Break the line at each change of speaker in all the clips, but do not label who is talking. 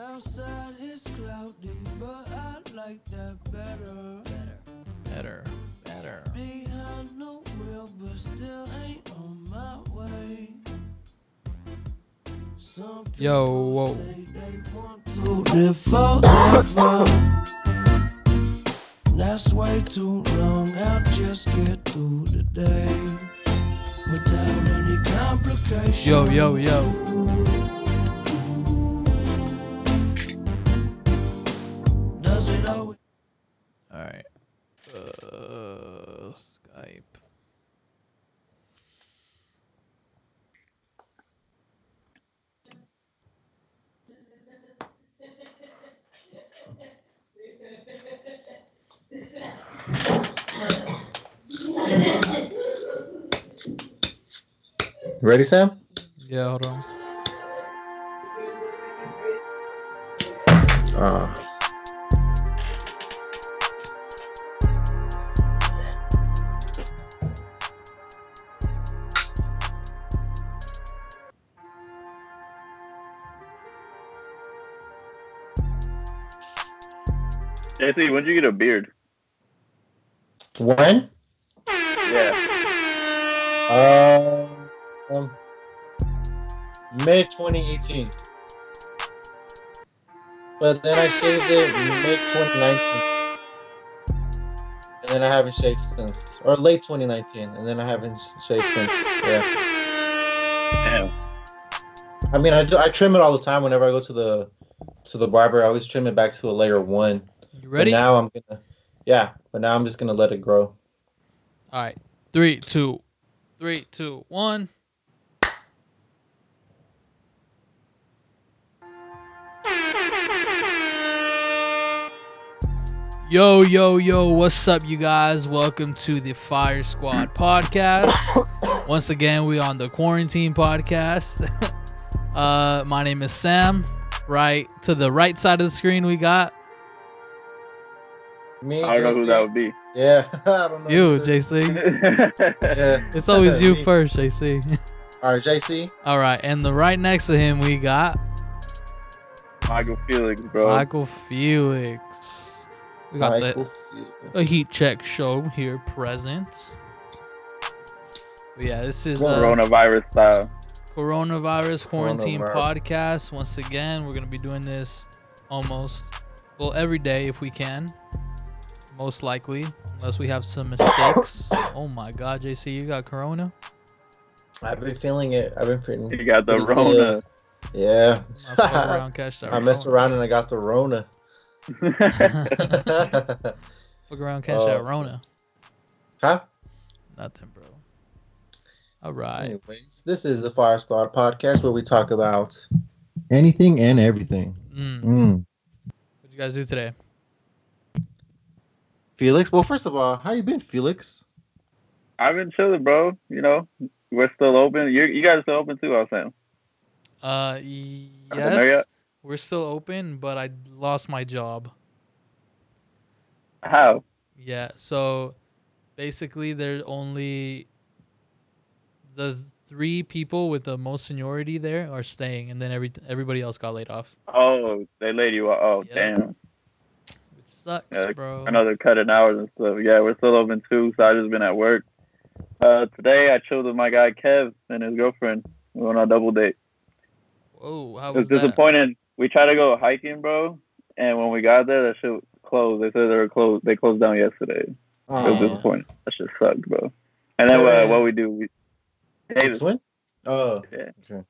Outside is cloudy, but I like that better.
Better. Better.
Behind the wheel, but still ain't on my way. Some
Yo,
people
whoa.
say they want to live forever. That's way too long. I just get through the day without any complications.
Yo, yo, yo.
Does it always?
Alright. Uh, Skype.
Ready, Sam?
Yeah, hold on.
Uh,
Anthony, when'd you get a beard?
when?
Yeah.
Uh, um, May 2018. But then I shaved it May 2019. And then I haven't shaved since. Or late 2019. And then I haven't shaved since. Yeah.
Damn.
I mean, I do. I trim it all the time. Whenever I go to the to the barber, I always trim it back to a layer one.
You
But
ready?
now I'm gonna, yeah. But now I'm just gonna let it grow.
Alright. Three, two, three, two, one. Yo, yo, yo, what's up, you guys? Welcome to the Fire Squad podcast. Once again, we on the quarantine podcast. uh, my name is Sam. Right to the right side of the screen, we got
Me,
I don't know who
JC.
that would be.
Yeah, I don't know.
you,
either.
JC.
Yeah.
It's always you
Me.
first, JC.
All right, JC.
All right, and the right next to him we got
Michael Felix, bro.
Michael Felix. We got
Michael.
the a heat check show here present. But yeah, this is uh,
Coronavirus style.
coronavirus quarantine
Coronavirus.
podcast. Once again, we're gonna be doing this almost well every day if we can, most likely, unless we have some mistakes. oh my God, JC, you got corona?
I've been feeling it. I've been feeling.
You got the
pretty
Rona.
good. Yeah.
I fuck around, catch that.
I messed
Rona.
around and I got the Rona. huh?
fuck around, catch
Oh.
that Rona. Nothing, bro. All right.
Anyways, this is the Fire Squad podcast where we talk about anything and everything.
Mm.
Mm.
What you guys do today?
Felix. Well, first of all, how you been, Felix?
I've been chilling, bro. You know, we're still open. you you guys are still open too, I was saying.
Uh,
Nothing there
yes,
yet?
we're still open, but I lost my job.
How?
Yeah, so basically, there's only the three people with the most seniority there are staying, and then every everybody else got laid off,
Oh, they laid you off. Oh,
Yeah.
damn.
which sucks,
Yeah,
bro.
I know they're cutting hours and stuff. Yeah, we're still open too. So I just been at work. Uh, today I chilled with my guy Kev and his girlfriend. We went on a double date.
Whoa, how
It was
was that?
disappointing. We tried to go hiking, bro, and when we got there, that shit was closed. They said they were closed. They closed down yesterday. It was
Aw.
Uh,
disappointing. That shit sucked, bro. And then uh, what we do? We, Davis,
Twin? Oh.
Yeah.
okay.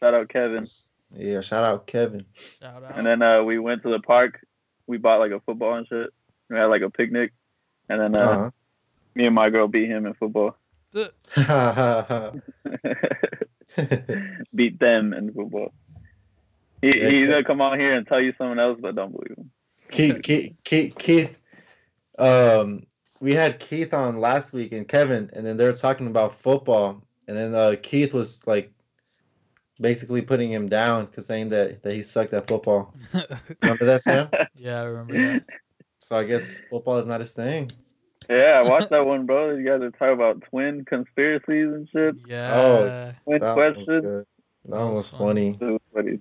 shout out Kevin.
Yeah. Shout out Kevin.
Shout out.
And then uh, we went to the park. We bought like a football and shit. We had like a picnic. And then uh,
Uh-huh.
me and my girl beat him in football.
Th-
Uh-huh.
beat them in football. He,
Yeah.
He's gonna come out here and tell you something else, but don't believe him.
Keith, Keith, Keith, Keith. Um, we had Keith on last week and Kevin, and then they were talking about football, and then uh, Keith was like, basically putting him down because saying that that he sucked at football. Remember that, Sam?
yeah, I remember that.
so I guess football is not his thing.
Yeah, I watched that one, bro. You guys are talking about twin conspiracies and shit.
Yeah.
Oh.
Twin
That one was
questions.
good. That one
was
was
funny.
funny.
Dude, buddy.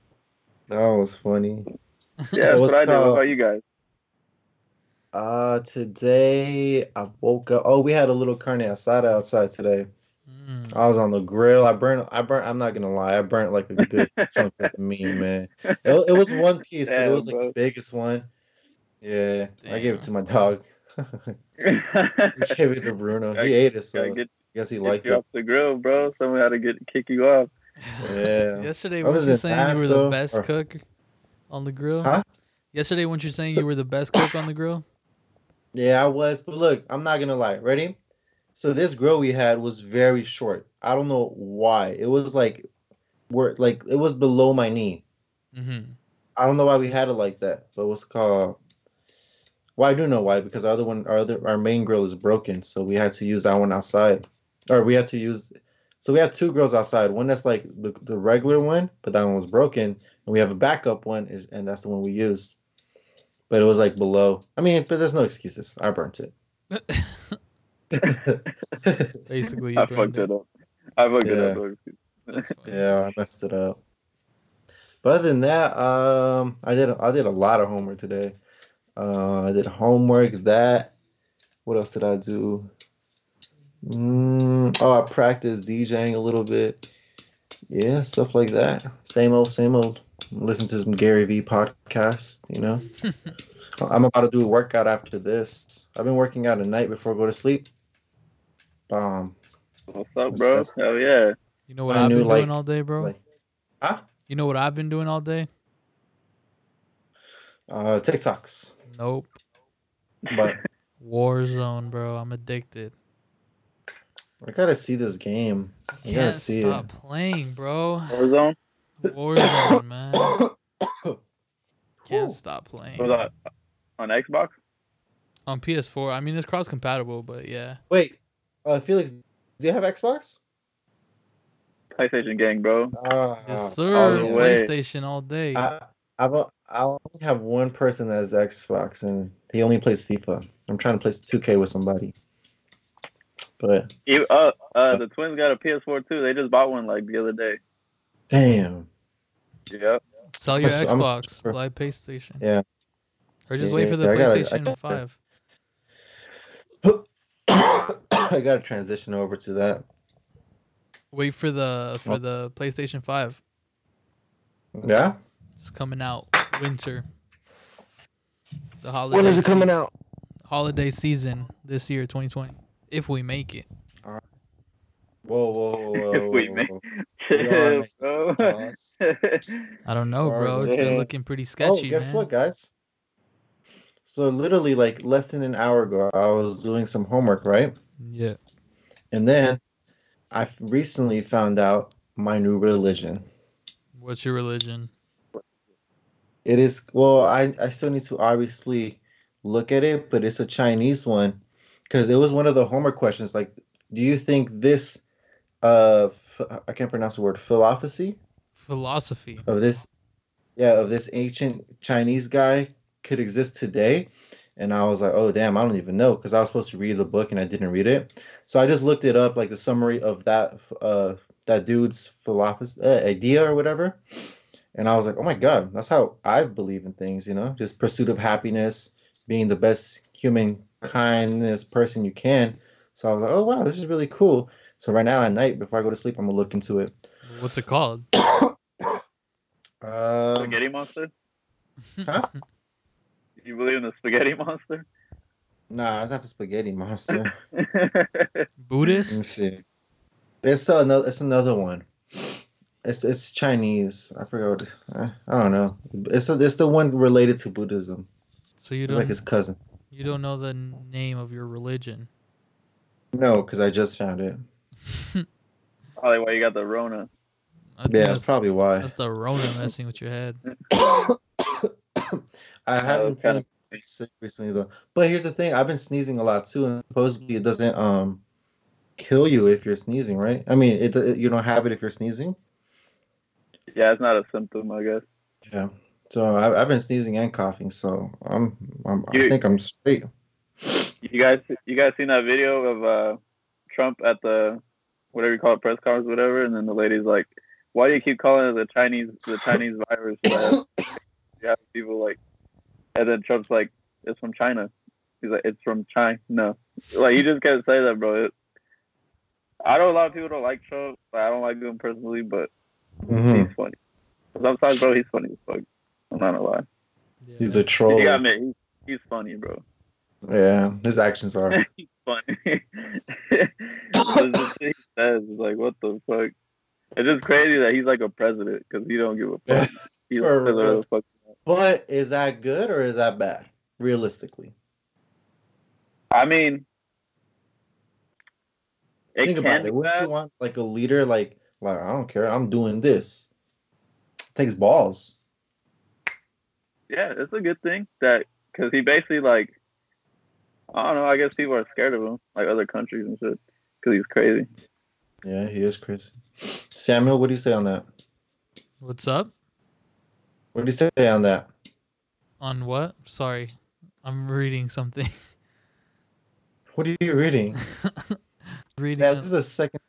That was funny.
Yeah, that's
What's
what I did. What
the-
about you guys?
Uh, today I woke up. Oh, we had a little carne asada outside today.
Mm.
I was on the grill. I burnt. I burnt. I'm not gonna lie. I burnt like a good chunk of meat, man. It, it was one piece, but it
Damn,
was like
bro.
the biggest one. Yeah, I gave
Damn.
it to my dog. I gave it to Bruno.
I-
He ate it, so
Gotta
I
get,
guess he
get
liked
you
it.
off the grill, bro. Someone had to get kick you off.
Oh, Yeah.
Yesterday,
Other
weren't you
than
saying
that,
you were the
though-
best
or-
cook on the grill?
Huh?
Yesterday, weren't you saying you were the best cook on the grill?
Yeah, I was. But look, I'm not gonna lie. Ready? So this grill we had was very short. I don't know why. It was like, were like it was below my knee.
Mm-hmm.
I don't know why we had it like that, but what's it called? Well, I do know why because our other one, our other, our main grill is broken, so we had to use that one outside, or we had to use. So we had two grills outside. One that's like the, the regular one, but that one was broken, and we have a backup one, is, and that's the one we used. But it was like below. I mean, but there's no excuses. I burnt it.
Basically, you
I
burned
fucked it up. I fucked
Yeah.
it up.
That's fine.
yeah, I messed it up. But other than that, um, I did I did a lot of homework today. Uh, I did homework. That. What else did I do? Mm, oh, I practiced DJing a little bit. Yeah, stuff like that. Same old, same old. Listen to some Gary Vee podcast. You know, I'm about to do a workout after this. I've been working out at night before I go to sleep. Um, Bomb.
What's up,
That's-
bro?
that's-
Hell yeah.
You know what
I
I've
knew,
been
like-
doing all day, bro?
like- Huh?
You know what I've been doing all day?
Uh, TikToks.
Nope.
But
Warzone, bro. I'm addicted.
I gotta see this game. I
Can't
gotta see
stop playing, bro.
Warzone?
Warzone, man.
it.
Can't stop playing.
Was that on Xbox?
On PS4, I mean it's cross compatible, but yeah.
Wait, uh, Felix, do you have Xbox?
PlayStation gang, bro.
Ah,
Yes, sir.
the way.
PlayStation all day.
I, I've, o- I only have one person that has Xbox, and he only plays FIFA. I'm trying to play 2K with somebody, but
Even, uh, uh, the twins got a PS4 too. They just bought one like the other day.
damn,
Yep.
Sell your
I'm a- I'm a-
Xbox. buy PlayStation.
Yeah.
Or just
Yeah,
wait for the
yeah, I gotta- I
PlayStation
gotta-
5.
I gotta transition over to that.
Wait for the for the PlayStation 5.
Yeah,
It's coming out winter. The holiday
When is it coming out?
Holiday season this year 2020 if we make it.
whoa, whoa, whoa, whoa,
Wait,
whoa,
man.
whoa.
Chill,
making
bro.
Pause.
I don't know, bro. It's been
Holiday.
looking pretty sketchy,
Oh, guess
man.
what, guys? So literally, like less than an hour ago, I was doing some homework, right?
Yeah.
And then I f- recently found out my new religion.
What's your religion?
It is well, I I still need to obviously look at it, but it's a Chinese one because it was one of the homework questions. Like, do you think this uh f- I can't pronounce the word philosophy
Philosophy.
of this yeah of this ancient Chinese guy could exist today? And I was like, oh damn, I don't even know because I was supposed to read the book and I didn't read it. So I just looked it up, like the summary of that uh that dude's philosophy uh, idea or whatever. And I was like, oh my god, that's how I believe in things, you know, just pursuit of happiness, being the best human kindness person you can. So I was like, oh wow, this is really cool. So right now at night before I go to sleep, I'm gonna look into it.
What's it called?
Um,
spaghetti monster?
Huh?
You believe in the spaghetti monster?
nah, it's not the spaghetti monster. Let me
Buddhist?
see. It's another. It's another one. It's it's Chinese. I forgot. What, I, I don't know. It's it's the one related to Buddhism.
So you
It's
don't
like his cousin.
you don't know the name of your religion.
No, because I just found it.
Probably why you got the Rona.
I think
Yeah,
that's
that's probably why.
that's the Rona messing with your head.
I haven't
kinda
been sick recently though. But here's the thing: I've been sneezing a lot too, and supposedly it doesn't um kill you if you're sneezing, right? I mean, it, it you don't have it if you're sneezing.
Yeah, it's not a symptom, I guess.
Yeah. So I, I've been sneezing and coughing, so I'm, I'm I
Dude.
think I'm straight.
You guys, you guys seen that video of uh, Trump at the whatever you call it press conference, whatever, and then the lady's like, Why do you keep calling it the Chinese the Chinese virus? man? you have people like, and then Trump's like, it's from China. He's like, it's from China. No, like he just can't say that, bro. It, I know a lot of people don't like Trump. Like, I don't like him personally, but
hmm
he's funny. Sometimes, bro, he's funny as fuck. I'm not gonna lie.
Yeah.
He's a troll.
You got me. He's, he's funny, bro.
Yeah, his actions are.
He's funny. the shit he says is like, what the fuck? It's just crazy that he's like a president because he don't give a fuck. He's
For
still a
real.
fuck.
But is that good or is that bad? Realistically,
I mean, it
think
can
about
be
it. Wouldn't
bad.
you want like a leader like like I don't care, I'm doing this. takes balls.
yeah, it's a good thing that because he basically like, I don't know. I guess people are scared of him, like other countries and shit, because he's crazy.
Yeah, he is crazy. Samuel, what do you say on that?
What's up?
What do you say on that?
On what? Sorry, I'm reading something.
What are you reading?
reading.
Sam,
a-
this is the second.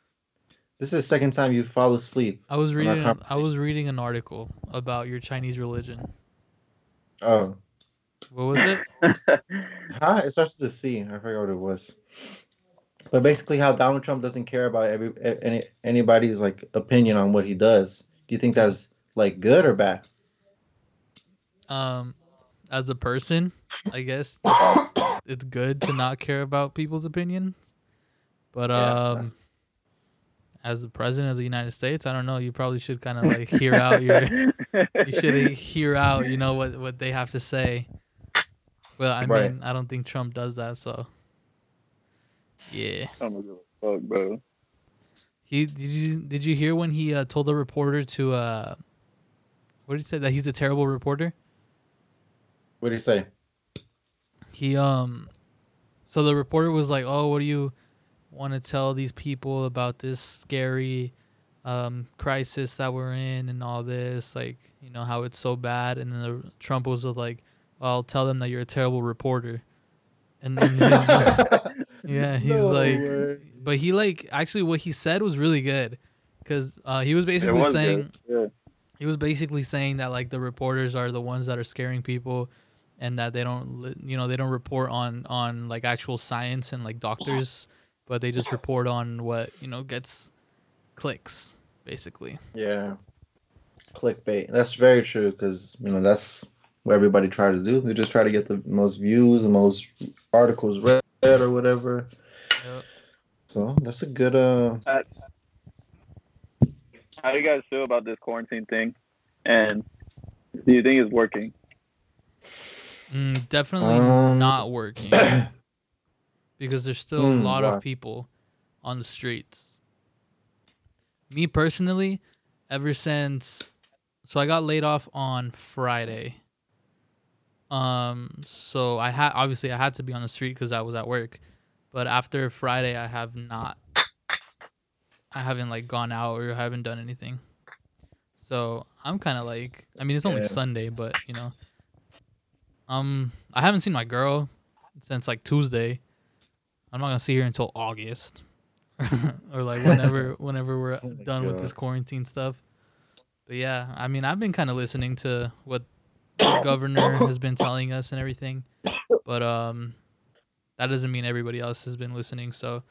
This is the second time you fall asleep.
I was
on our
reading. a- I was
conversation.
reading an article about your Chinese religion.
Oh,
What was it?
huh? It starts with a C. I forgot what it was. But basically, how Donald Trump doesn't care about every a- any anybody's like opinion on what he does. Do you think that's like good or bad?
um as a person i guess it's good to not care about people's opinions but
Yeah,
um as the president of the united states i don't know you probably should kind of like hear out your you should hear out you know what what they have to say well i
Right.
mean i don't think trump does that so yeah
I'm a fuck, bro.
he did you did you hear when he uh, told the reporter to uh what did he say that he's a terrible reporter
What do you say?
he um so the reporter was like oh what do you want to tell these people about this scary um crisis that we're in and all this like you know how it's so bad and then the, trump was like well tell them that you're a terrible reporter and then he's, yeah he's
No
like
way.
but he like actually what he said was really good because uh, he was
It
basically
was
saying
good. Yeah.
he was basically saying that like the reporters are the ones that are scaring people and that they don't li- you know they don't report on on like actual science and like doctors but they just report on what you know gets clicks basically
Yeah. Clickbait. That's very true because you know that's what everybody try to do. They just try to get the most views, the most articles read or whatever.
Yep.
So that's a good uh
How do you guys feel about this quarantine thing? And do you think it's working?
mm, definitely
Um,
not working because there's still a
Mm,
lot
why?
of people on the streets me personally ever since so i got laid off on friday um so i had obviously i had to be on the street because i was at work but after friday i have not i haven't like gone out or haven't done anything so i'm kind of like i mean it's only
Yeah.
sunday but you know um i haven't seen my girl since like tuesday i'm not gonna see her until august or like whenever whenever we're
Oh my
done with this quarantine stuff but yeah i mean i've been kind of listening to what the governor has been telling us and everything but um that doesn't mean everybody else has been listening so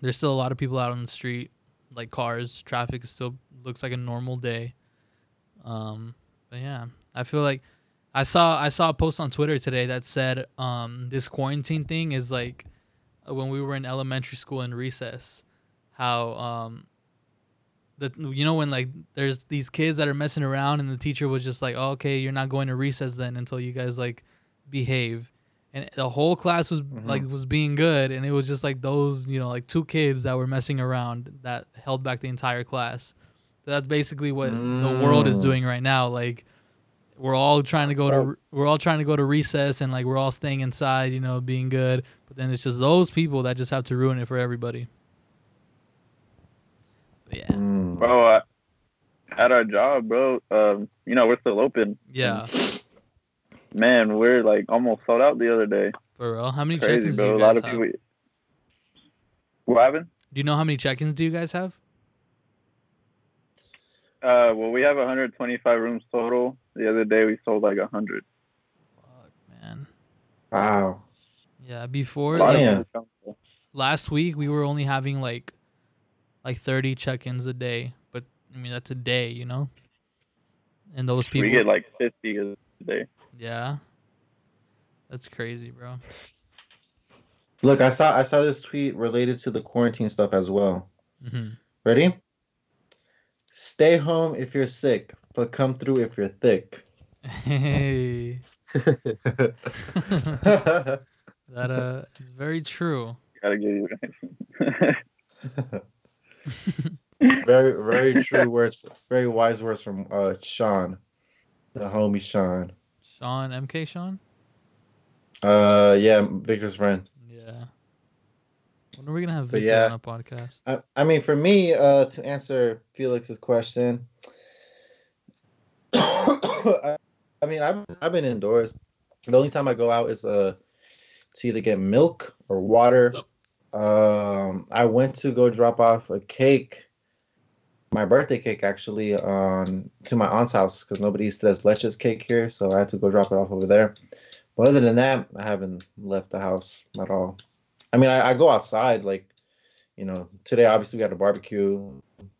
there's still a lot of people out on the street like cars traffic is still looks like a normal day um but yeah i feel like i saw i saw a post on twitter today that said um this quarantine thing is like when we were in elementary school in recess how um the you know when like there's these kids that are messing around and the teacher was just like oh, okay you're not going to recess then until you guys like behave and the whole class was
Mhm.
like was being good and it was just like those you know like two kids that were messing around that held back the entire class so that's basically what the world is
Mm.
doing right now like we're all trying to go to we're all trying to go to recess and like we're all staying inside you know being good but then it's just those people that just have to ruin it for everybody But yeah
mm,
Bro, I, at our job, bro, um, you know, we're still open.
yeah
Man, we're like almost sold out the other day.
for real how many
Crazy,
check-ins do
bro.
you
A
guys
lot of
have
people. What happened?
do you know how many check-ins do you guys have
Uh, well, we have 125 rooms total. The other day we sold like 100.
Fuck, man.
Wow.
Yeah, before
Oh,
like,
yeah.
last week we were only having like like 30 check-ins a day, but I mean that's a day, you know. And those people
We get like 50 a day.
Yeah. That's crazy, bro.
Look, I saw I saw this tweet related to the quarantine stuff as well.
hmm
Ready? Stay home if you're sick, but come through if you're thick.
Hey. that
That's
uh is very true.
Gotta give you.
very very true words, very wise words from uh Sean, the homie Sean.
Sean MK Sean?
Uh yeah, Victor's friend.
Yeah. When are we gonna have
But
Victor
yeah.
on a podcast?
I, I mean for me, uh to answer Felix's question, I, I mean I've I've been indoors. The only time I go out is uh to either get milk or water. Um I went to go drop off a cake, my birthday cake actually, on to my aunt's house because nobody eats this leches cake here, so I had to go drop it off over there. But other than that, I haven't left the house at all. I mean I, I go outside like you know, today obviously we had a barbecue,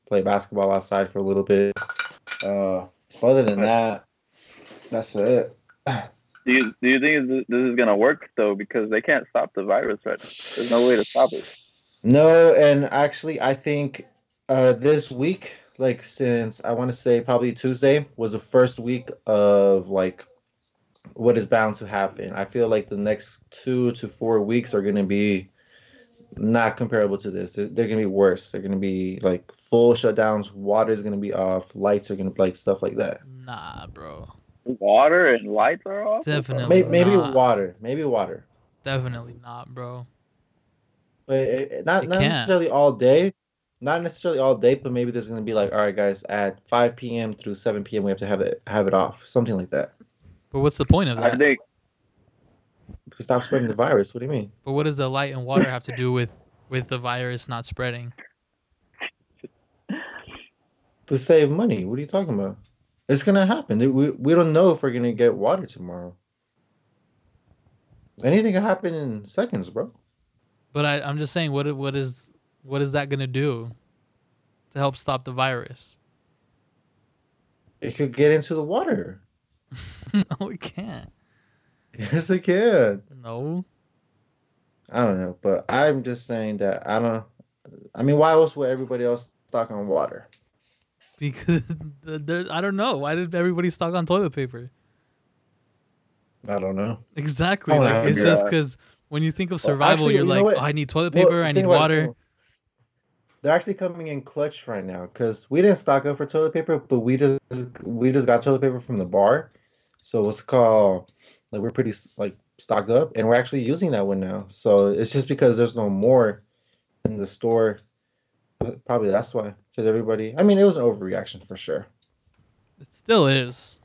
play basketball outside for a little bit. Uh, but other than that, that's it.
Do you do you think this this is gonna work though? Because they can't stop the virus right now. There's no way to stop it.
No, and actually, I think uh, this week, like since I want to say probably Tuesday, was the first week of like what is bound to happen. I feel like the next two to four weeks are going to be not comparable to this. They're, they're going to be worse. They're going to be like full shutdowns. Water is going to be off. Lights are going to like stuff like that.
Nah, bro.
Water and lights are off.
Definitely.
Maybe, maybe
not.
water. Maybe water.
Definitely not, bro.
But it, it- not
It
not
can't.
necessarily all day. Not necessarily all day, but maybe there's gonna be like, all right, guys, at 5 p.m. through 7 p.m. we have to have it have it off, something like that.
But what's the point of
I
that?
think
To stop spreading the virus. What do you mean?
But what does the light and water have to do with with the virus not spreading?
To save money. What are you talking about? It's gonna happen. We we don't know if we're gonna get water tomorrow. Anything can happen in seconds, bro.
But I, I'm just saying, what what is what is that gonna do to help stop the virus?
It could get into the water.
no, it can't.
Yes, it can.
No,
I don't know, but I'm just saying that I don't. I mean, why else would everybody else stock on water?
because the- there, I don't know. Why did everybody stock on toilet paper?
I don't know.
Exactly.
Oh,
like,
yeah.
it's just
Yeah.
because when you think of
Well,
survival,
actually,
you're
you know
like,
what?
oh, I need toilet
Well,
paper, I need
think about it,
water.
though. They're actually coming in clutch right now because we didn't stock up for toilet paper, but we just we just got toilet paper from the bar, so what's it called like we're pretty like stocked up, and we're actually using that one now. So it's just because there's no more in the store. Probably that's why because everybody. I mean, it was an overreaction for sure.
It still is.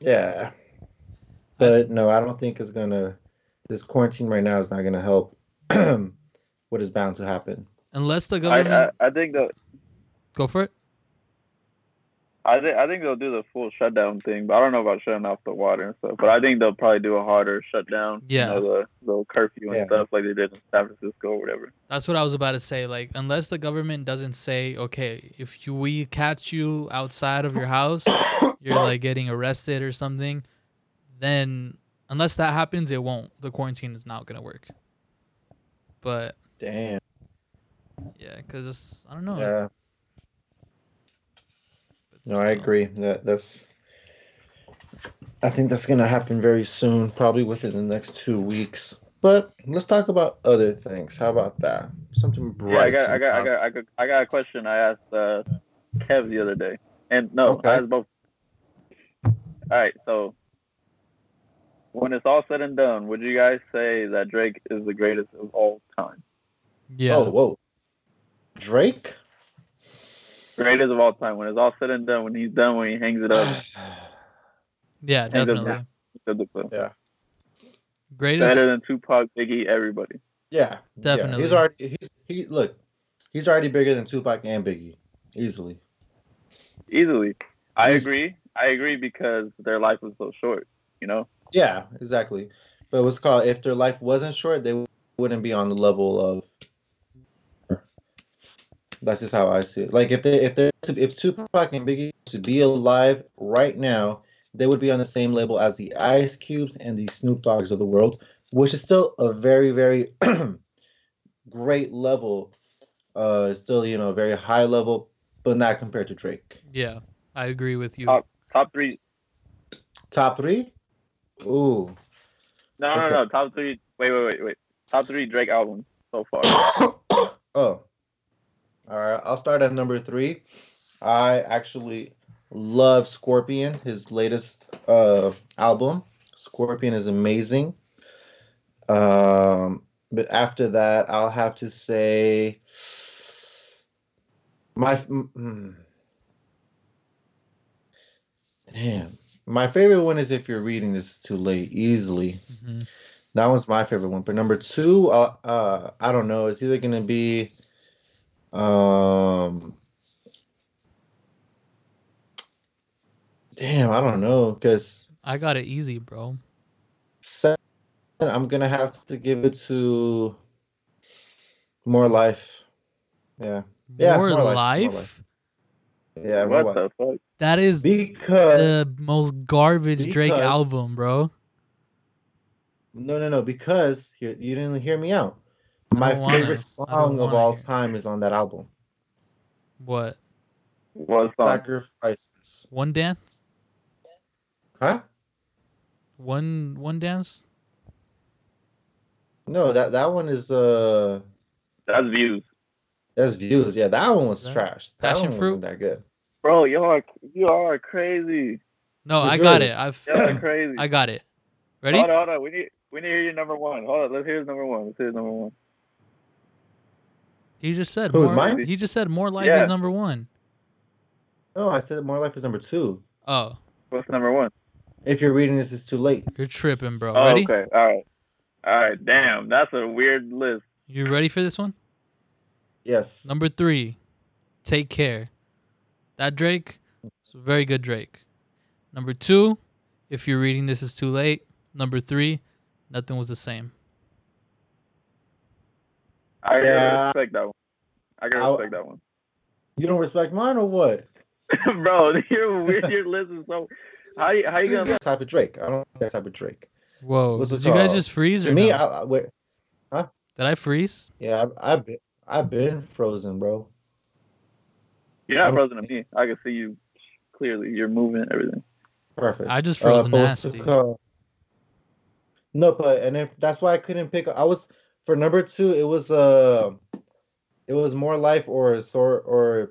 Yeah, but no, I don't think it's gonna. This quarantine right now is not gonna help. what is bound to happen?
Unless the
I,
government
I, I think that
go for it.
I think I think they'll do the full shutdown thing, but I don't know about shutting off the water and stuff. But I think they'll probably do a harder shutdown.
Yeah.
You know, the the curfew and
Yeah.
stuff like they did in San Francisco or whatever.
That's what I was about to say. Like, unless the government doesn't say, okay, if you, we catch you outside of your house, you're like getting arrested or something, then unless that happens, it won't. The quarantine is not going to work. But
Damn.
yeah, because it's, I don't know.
Yeah.
it's-
No, I agree. That that's. I think that's gonna happen very soon, probably within the next two weeks. But let's talk about other things. How about that? Something
Yeah,
bright.
I got I got, I
and
got I got I got a question I asked uh, Kev the other day, and no,
Okay.
I asked both. All right, so when it's all said and done, would you guys say that Drake is the greatest of all time?
Yeah.
Oh, whoa. Drake.
Greatest of all time. When it's all said and done, when he's done, when he hangs it up,
yeah,
think of that.
definitely.
to the cliff.
Greatest.
better than Tupac, Biggie, everybody.
yeah. Yeah.
Definitely.
He's already. He's, he look. He's already bigger than Tupac and Biggie, easily.
easily. I
He's-
agree. I agree because their life was so short. You know,
Yeah, exactly. But what's it called if their life wasn't short, they wouldn't be on the level of. That's just how I see it. Like if they if they if Tupac and Biggie to be alive right now, they would be on the same level as the Ice Cubes and the Snoop Dogs of the world, which is still a very very great level. Uh, it's still you know very high level, but not compared to Drake.
Yeah, I agree with
Uh,
you.
Top- top three.
Top three. Ooh.
No, no, no. Top three. Wait, wait, wait, wait. Top three Drake albums so far.
Oh. All right. I'll start at number three. I actually love Scorpion, his latest uh, album. Scorpion is amazing. Um, but after that, I'll have to say my mm, mm. damn. My favorite one is if you're reading this is too late, easily.
Mhm.
That one's my favorite one. But number two, uh, uh I don't know. It's either gonna be, um, damn, I don't know, because
I got it easy, bro.
seven, I'm gonna have to give it to more life. Yeah, Yeah,
more,
more
life.
life, more life. yeah, more
what
life.
the fuck?
That is
Because
the most garbage Drake
because-
album, bro.
no, no, no, because you, you didn't hear me out.
I
My
don't wanna-
favorite
I don't
song of
wanna
all
hear.
time is on that album,
What?
What song?
"Sacrifices."
One dance?
Huh?
One one dance?
No, that that one is uh
That's views,
that's views. Yeah, that one was
That-
trash. That
Passion
one wasn't
Fruit?
that good.
bro. You are you are crazy.
No,
It's
I got
yours.
it. I've
You are crazy.
I got it. Ready?
Hold on, hold on. We need we need to hear your number one. Hold on. Let's hear his number one. Let's hear his number one.
He just said
Who's
more,
mine?
He just said more life
Yeah.
is number one.
No, I said more life is number two.
Oh,
What's number one?
If you're reading this, it's too late.
you're tripping, bro.
Oh,
ready?
okay. All right. All right. Damn, that's a weird list.
You ready for this one?
Yes.
Number three, take care. That Drake, it's a very good Drake. Number two, if you're reading this is too late. Number three, nothing was the same.
I gotta
Yeah.
respect that one. I gotta
I'll-
respect that one.
You don't respect mine or what?
bro, your weird your list is so. How you how you
I'm
gonna?
that type of Drake. I don't think that type of Drake.
Whoa!
What's it
did you guys
called?
just freeze
To
or
me,
no?
I, I wait,
Did I freeze?
yeah, I, I've been I've been frozen, bro.
You're not frozen to me. I can see you clearly. You're moving everything.
Perfect.
I just
Uh,
froze
but what's it
nasty.
called? No, but and if that's why I couldn't pick. I was for number two. It was uh, it was more life or sor or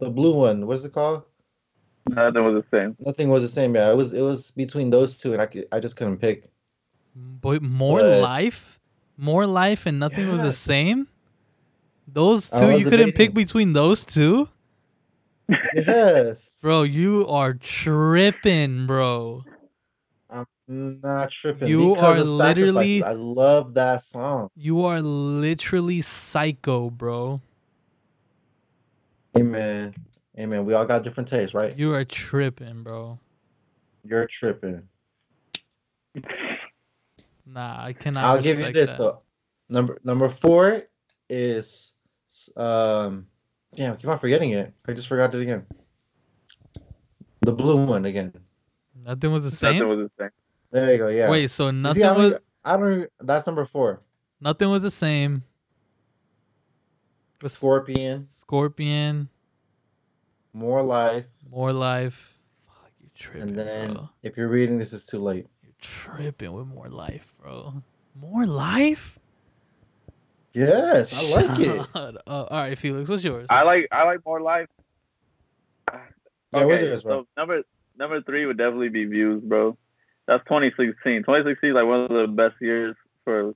the blue one. What is it called?
Nothing was the same.
nothing was the same. Yeah, it was it was between those two, and I could, I just couldn't pick.
Boy, more
But-
life, more life, and nothing was
Yeah.
the same. Those
I
two,
was
you couldn't pick
debating.
between those two,
Yes,
bro. You are tripping, bro.
not tripping.
You
because
are
of Sacrifices.
literally-
I love that song.
You are literally psycho, bro.
Amen, amen. We all got different tastes, right?
You are tripping, bro.
You're tripping.
Nah, I cannot.
I'll give you
respect
this
that.
though. Number number four is um. Damn, I keep on forgetting it. I just forgot it again. The blue one again.
Nothing was the
Nothing
same.
was the same.
There you go. Yeah.
Wait, so
You see,
nothing
I don't
was
even- I don't. even- That's number four.
nothing was the same. Was
Scorpion,
Scorpion,
more life,
more life. Fuck, you're tripping,
and then
bro.
if you're reading this, it's too late.
You're tripping with more life, bro. More life?
Yes, I like it.
Shut up. all right, Felix, what's yours?
I like I like more life.
Yeah, what's yours, bro?
so number number three would definitely be views, bro. That's 2016. 2016 is like one of the best years for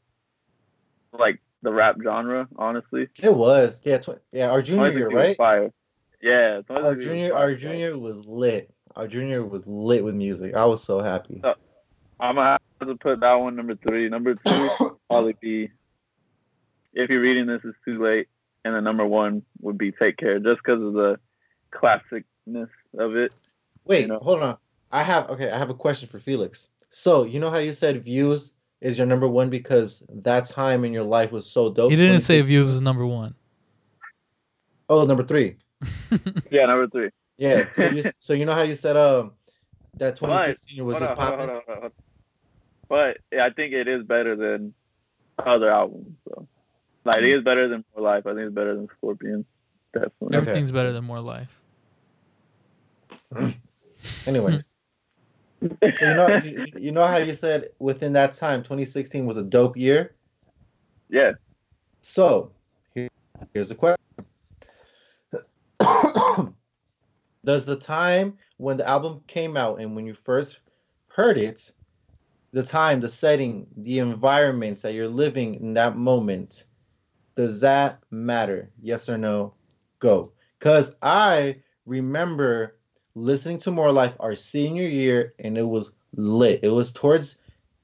like the rap genre, honestly.
It was. Yeah, tw- yeah. Our junior
2016
year,
was
right?
fire. Yeah.
Our
2016 was
junior,
fire,
our
bro.
junior was lit. Our junior was lit with music. I was so happy.
I'm gonna have to put that one number three. Number two would probably be if you're reading this, it's too late. And the number one would be Take Care, just because of the classic ness of it.
Wait,
You know?
hold on. I have okay. I have a question for Felix. So you know how you said views is your number one because that time in your life was so dope.
He didn't say
26
views is number one.
Oh, number three.
Yeah, number three.
Yeah. So you so you know how you said um that
But-
2016 was just
hold on, hold
popping.
on, hold on, hold on. But yeah, I think it is better than other albums. So, like, it is better than More Life. I think it's better than Scorpion. Definitely.
Okay.
Everything's better than more life.
Anyways. So you know you, you know how you said within that time 2016 was a dope year.
yeah.
So here, here's the question. Does the time when the album came out and when you first heard it, the time, the setting, the environment that you're living in that moment, does that matter? Yes or no? Go. Because I remember listening to More Life our senior year and it was lit. It was towards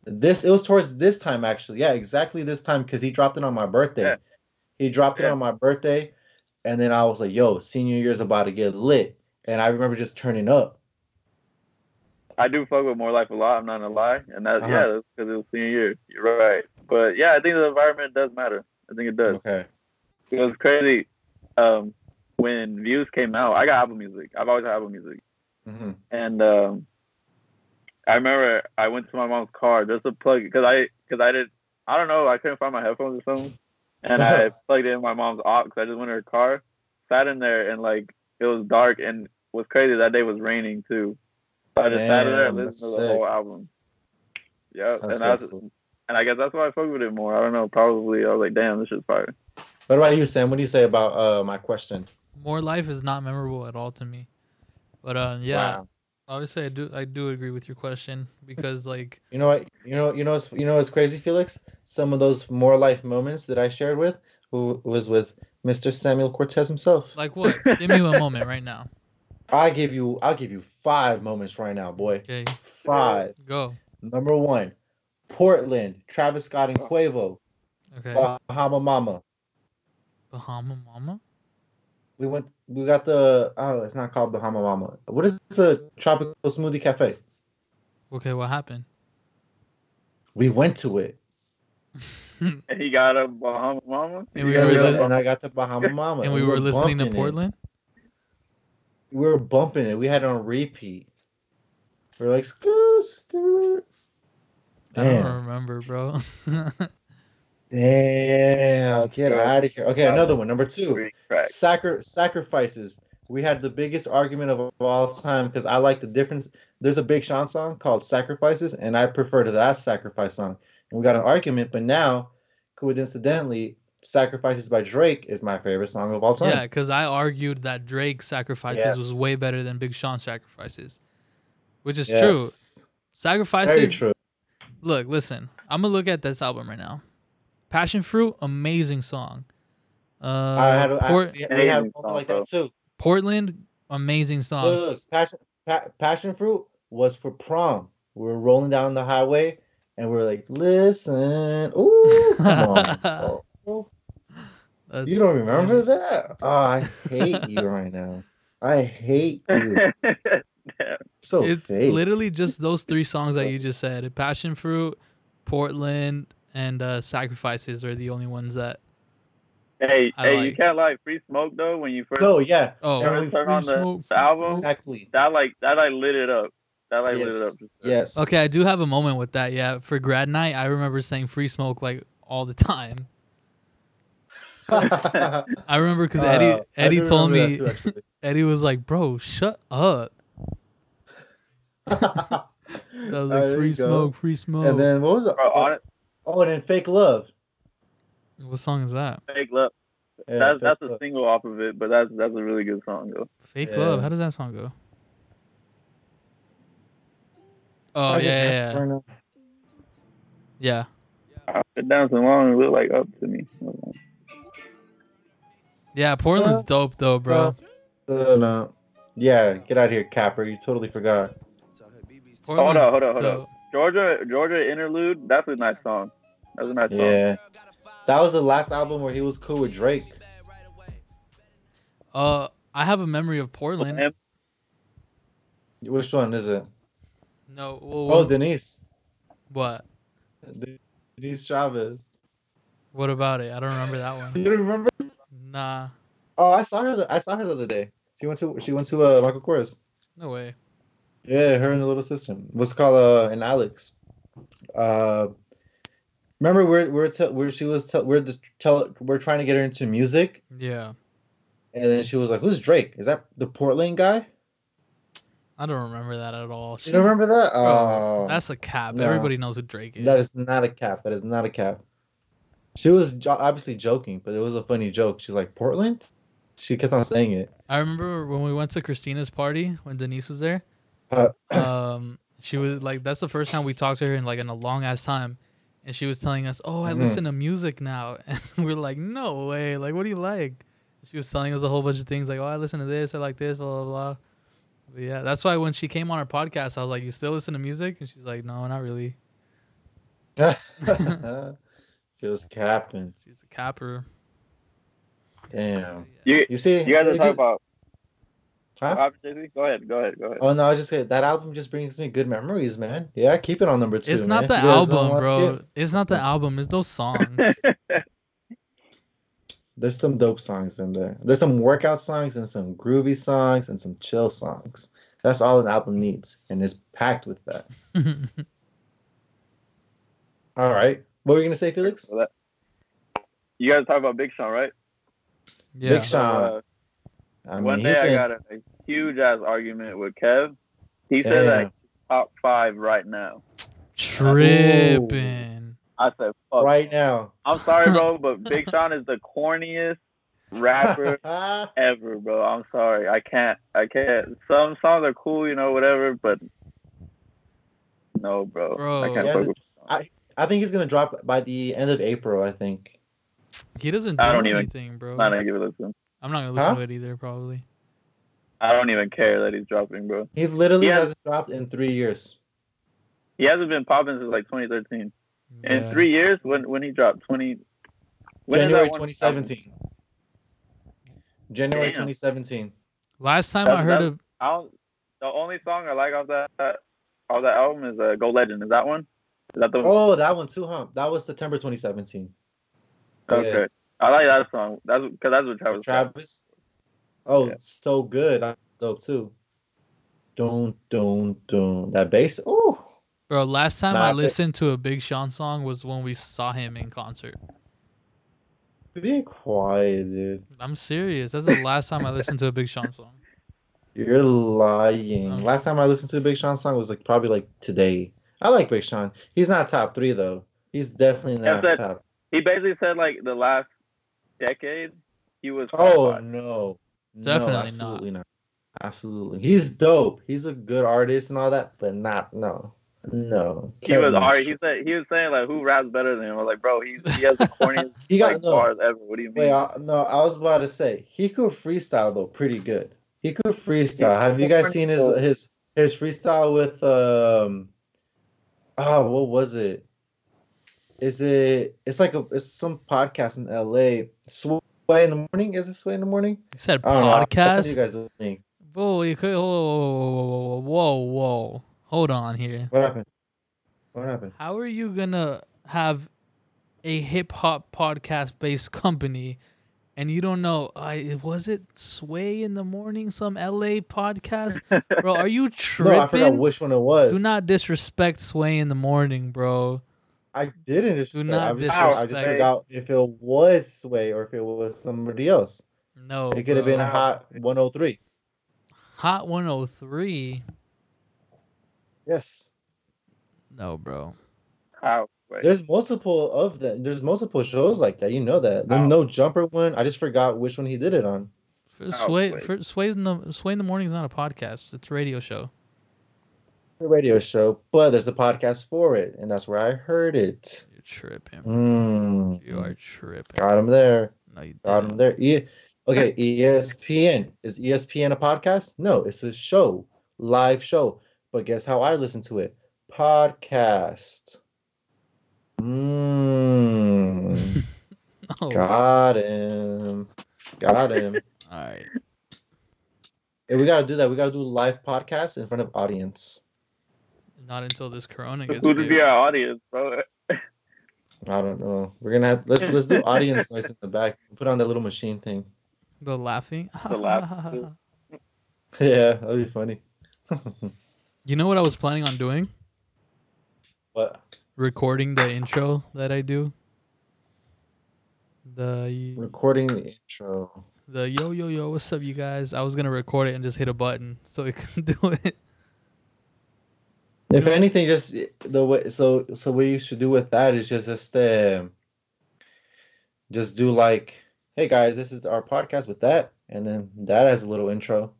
this, it was towards this time actually. Yeah, exactly this time because he dropped it on my birthday.
Yeah.
He dropped it
Yeah.
on my birthday. And then I was like, yo, senior year's about to get lit. And I remember just turning up.
I do fuck with More Life a lot. I'm not gonna lie, and that's
Uh-huh.
yeah, that's because it was senior year. You're right, but yeah, I think the environment does matter. I think it does.
Okay.
It was crazy um, when Views came out. I got Apple Music. I've always had Apple Music,
hmm
and um, I remember I went to my mom's car just to plug because I because I did I don't know I couldn't find my headphones or something, and I plugged in my mom's aux. I just went to her car, sat in there, and like it was dark and what's crazy that day was raining too. So I just sat in there and
Damn,
listened
that's
to the
sick.
whole album. Yep,
That's
and I
so
was,
cool.
and I guess that's why I fuck with it more. I don't know, probably I was like, damn, this shit's fire.
What about you, Sam? What do you say about uh, my question?
More life is not memorable at all to me. But uh, yeah,
Wow.
obviously I do I do agree with your question because like
You know what? You know, you know, what's, you know, what's crazy, Felix. Some of those more life moments that I shared with, who was with Mr. Samuel Cortez himself.
like what? Give me a moment right now.
I give you, I'll give you five moments right now, boy.
Okay,
Five.
go.
Number one, Portland, Travis Scott
Oh.
and Quavo,
Okay,
Bahama Mama.
Bahama Mama.
We went, we got the. Oh, it's not called Bahama Mama. What is the tropical smoothie cafe?
Okay, what happened?
We went to it.
And he got a Bahama Mama.
And we
Yeah,
were
we-
lis-
and I got the Bahama Mama.
and we were listening to
bumping it.
Portland.
We were bumping it. We had it on repeat. We were like, skirt, skirt.
I don't
Damn.
remember, bro.
Damn. Get
Bro.
out of here. Okay,
Wow.
another one. Number two.
Three crack.
Sacri- sacrifices. We had the biggest argument of all time because I like the difference. There's a Big Sean song called Sacrifices, and I prefer to that sacrifice song. And we got an argument, but now, coincidentally, Sacrifices by Drake is my favorite song of all time.
yeah, because I argued that Drake sacrifices was
Yes.
way better than Big Sean sacrifices, which is true.
Very
Sacrifices.
true.
Look, listen. I'm gonna look at this album right now. Passion Fruit, amazing song. Uh,
I had, I,
Port-
we had- we had
Amazing
one like
song,
that too.
Portland, amazing songs.
Look, look, look, passion, pa- passion fruit was for prom. We were rolling down the highway, and we are like, "Listen, ooh, come on, bro.
That's
you don't remember
funny.
that? Oh, I hate you right now. I hate you. So
It's
fake.
literally just those three songs that you just said. Passion Fruit, Portland, and uh, Sacrifices are the only ones that.
hey,
I
hey, you
like-
can't like free smoke though when you first
so yeah,
Oh,
And
first
we
turn on
Free
the,
Smoke,
the album.
exactly.
That like that like lit it up. That like lit it up.
Yes. yes.
Okay, I do have a moment with that. Yeah, for grad night, I remember saying "Free Smoke" like all the time. I remember because
Uh,
Eddie
I
Eddie
do
told me
remember that too,
Eddie was like, "Bro, shut up."
actually.
I was
Uh,
like,
there you
"Free
go.
smoke, free smoke."
And then what was it?
Bro, honest,
oh, and then fake love.
what song is that?
fake love.
Yeah,
that's
Fake
that's a
Love.
single off of it, but that's that's a really good song though.
Fake
Yeah.
love. How does that song go? Oh
I
yeah,
just-
yeah, yeah. yeah.
I've been dancing long and look like up to me.
Yeah, Portland's
Uh,
dope though, bro.
No, no, no. Yeah, get out of here, Capper. You totally forgot.
Hold
Portland's
on, hold on, hold on.
dope.
Georgia Georgia interlude. That's a nice song. That's a nice song.
Yeah. That was the last album where he was cool with Drake.
Uh, I have a memory of Portland.
And
Which one is it?
No. Well,
Oh, Denise.
what?
Denise Chavez.
What about it? I don't remember that one.
You don't remember?
Nah.
Oh, I saw her. the- I saw her the other day. She went to she went to uh, Michael Kors.
No way.
Yeah, her and the little sister. What's it called uh, and Alex. Uh, remember we're we're te- we're she was te- we're just tell we're trying to get her into music,
Yeah.
and then she was like, "Who's Drake? Is that the Portland guy?"
I don't remember that at all.
You don't remember that?
Bro,
Oh,
that's a cap.
no.
Everybody knows who Drake is.
that is not a cap. That is not a cap. She was jo- obviously joking, but it was a funny joke. She's like, "Portland." She kept on saying it.
I remember when we went to Christina's party when Denise was there.
Uh,
um, she was like, "That's the first time we talked to her in like in a long ass time," and she was telling us, "Oh, I
Mhm.
listen to music now," and we are like, "No way! Like, what do you like?" She was telling us a whole bunch of things like, "Oh, I listen to this. I like this. Blah blah blah." But yeah, that's why when she came on our podcast, I was like, "You still listen to music?" And she's like, "No, not really.
she was capping.
She's a capper."
Damn.
You
You see,
you guys
it
are talking
just-
about
Huh?
Robert Jay-Z? Go ahead, go ahead, go ahead.
Oh no, I just say that album just brings me good memories, man. Yeah, keep it on number two.
It's not
man.
the
You guys don't
album,
like
bro.
it?
It's not the album. It's those songs.
There's some dope songs in there. There's some workout songs and some groovy songs and some chill songs. That's all an album needs, and it's packed with that. All right, what were you gonna say, Felix?
For that. You guys talk about Big Sean, right?
yeah.
Sean. Nah.
uh,
I
one
he
day I
can-
got in a huge ass argument with Kev. He said
Damn.
that top five right now.
Tripping.
I said, fuck.
right now.
I'm sorry, bro, but Big Sean is the corniest rapper ever, bro. I'm sorry. I can't. I can't. Some songs are cool, you know, whatever, but no, bro.
Bro.
I can't
Yes,
fuck with
I think he's gonna drop by the end of April. I think.
He doesn't do
I don't even-
anything, bro.
I'm not gonna give it a listen.
I'm not gonna listen
Huh?
to it either, probably.
I don't even care that he's dropping, bro.
He literally
Yeah.
hasn't dropped in three years.
He hasn't been popping since like 2013.
Yeah.
In three years, when when he dropped 20, when is that
January
one-
2017. January
Damn.
2017.
Last time
That-
I heard
that-
of
I don't, the only song I like off that off that album is uh, "Go Legend." Is that one? Is that the one?
Oh, that one too, huh? That was September 2017. Oh,
okay. I like that song. That's because that's what Travis. Scott-
Travis. Oh,
Yeah.
so good. I'm dope too. Don't, don't, don't. That bass. Oh,
bro, last time
Nah,
I
I-
listened to a Big Sean song was when we saw him in concert.
be quiet, dude.
I'm serious. That's the last time I listened to a Big Sean song.
You're lying.
Uh-huh.
Um,
Last time I listened to a Big Sean song was like probably like today. I like Big Sean. He's not top three though. He's definitely
Yeah,
not
but-
top.
He basically said like the last decade he was.
Oh no, No,
Definitely not.
absolutely not. Absolutely, he's dope. He's a good artist and all that, but not no, no.
He was
Kevin's
already.
tr-
He said he was saying like who raps better than him. I was like, bro, he he has the corniest
He got
like,
no.
bars ever. What do you mean?
Wait, I, no, I was about to say he could freestyle though, pretty good. He could freestyle. Have you guys seen his
Freestyle.
his his freestyle with um? Oh, what was it? Is it? It's like a. It's some podcast in L.A. Sway in the morning. Is it Sway in the morning?
You said
I don't know. I'll send you
podcast.
guys the link.
Whoa, you could, whoa, whoa, whoa, whoa, whoa. Hold on here.
What happened? What happened?
How are you gonna have a hip hop podcast based company and you don't know I was it Sway in the morning, some LA podcast? Bro, are you
No, I forgot
tripping?
which one it was.
Do not disrespect Sway in the morning, bro.
I didn't. Disrespect.
not
I, just, I just
disrespect.
forgot if it was Sway or if it was somebody else.
No.
It could have
Oh, bro.
been Hot 103.
Hot 103.
Yes.
No, bro.
How? Wait.
There's multiple of them. There's multiple shows like that. You know that. The
Wow.
No Jumper one. I just forgot which one he did it on.
For Sway
Oh, wait.
for Sway's in the Sway in the morning is not a podcast. It's a radio show.
The radio show, but there's a podcast for it, and that's where I heard it.
You're tripping.
Mm.
You are tripping.
Got him there.
No, you
Got him
didn't.
there. E- okay, ESPN. Is E ESPN a podcast? No, it's a show, live show. But guess how I listen to it? Podcast. Mm.
No.
Got him. Got him.
All right.
And we gotta do that. We gotta do live podcasts in front of audience.
Not until this corona gets
Who would be
fixed.
our audience, bro?
I don't know. We're gonna have let's let's do audience noise in the back. Put on that little machine thing.
The laughing.
The laugh.
Yeah, that'd be funny.
you know what I was planning on doing?
But
Recording the intro that I do. The
recording the intro.
the yo yo yo, what's up, you guys? I was gonna record it and just hit a button so it can do it.
If anything, just the way so so what you should do with that is just just um just do like, hey guys, this is our podcast with that, and then that has a little intro.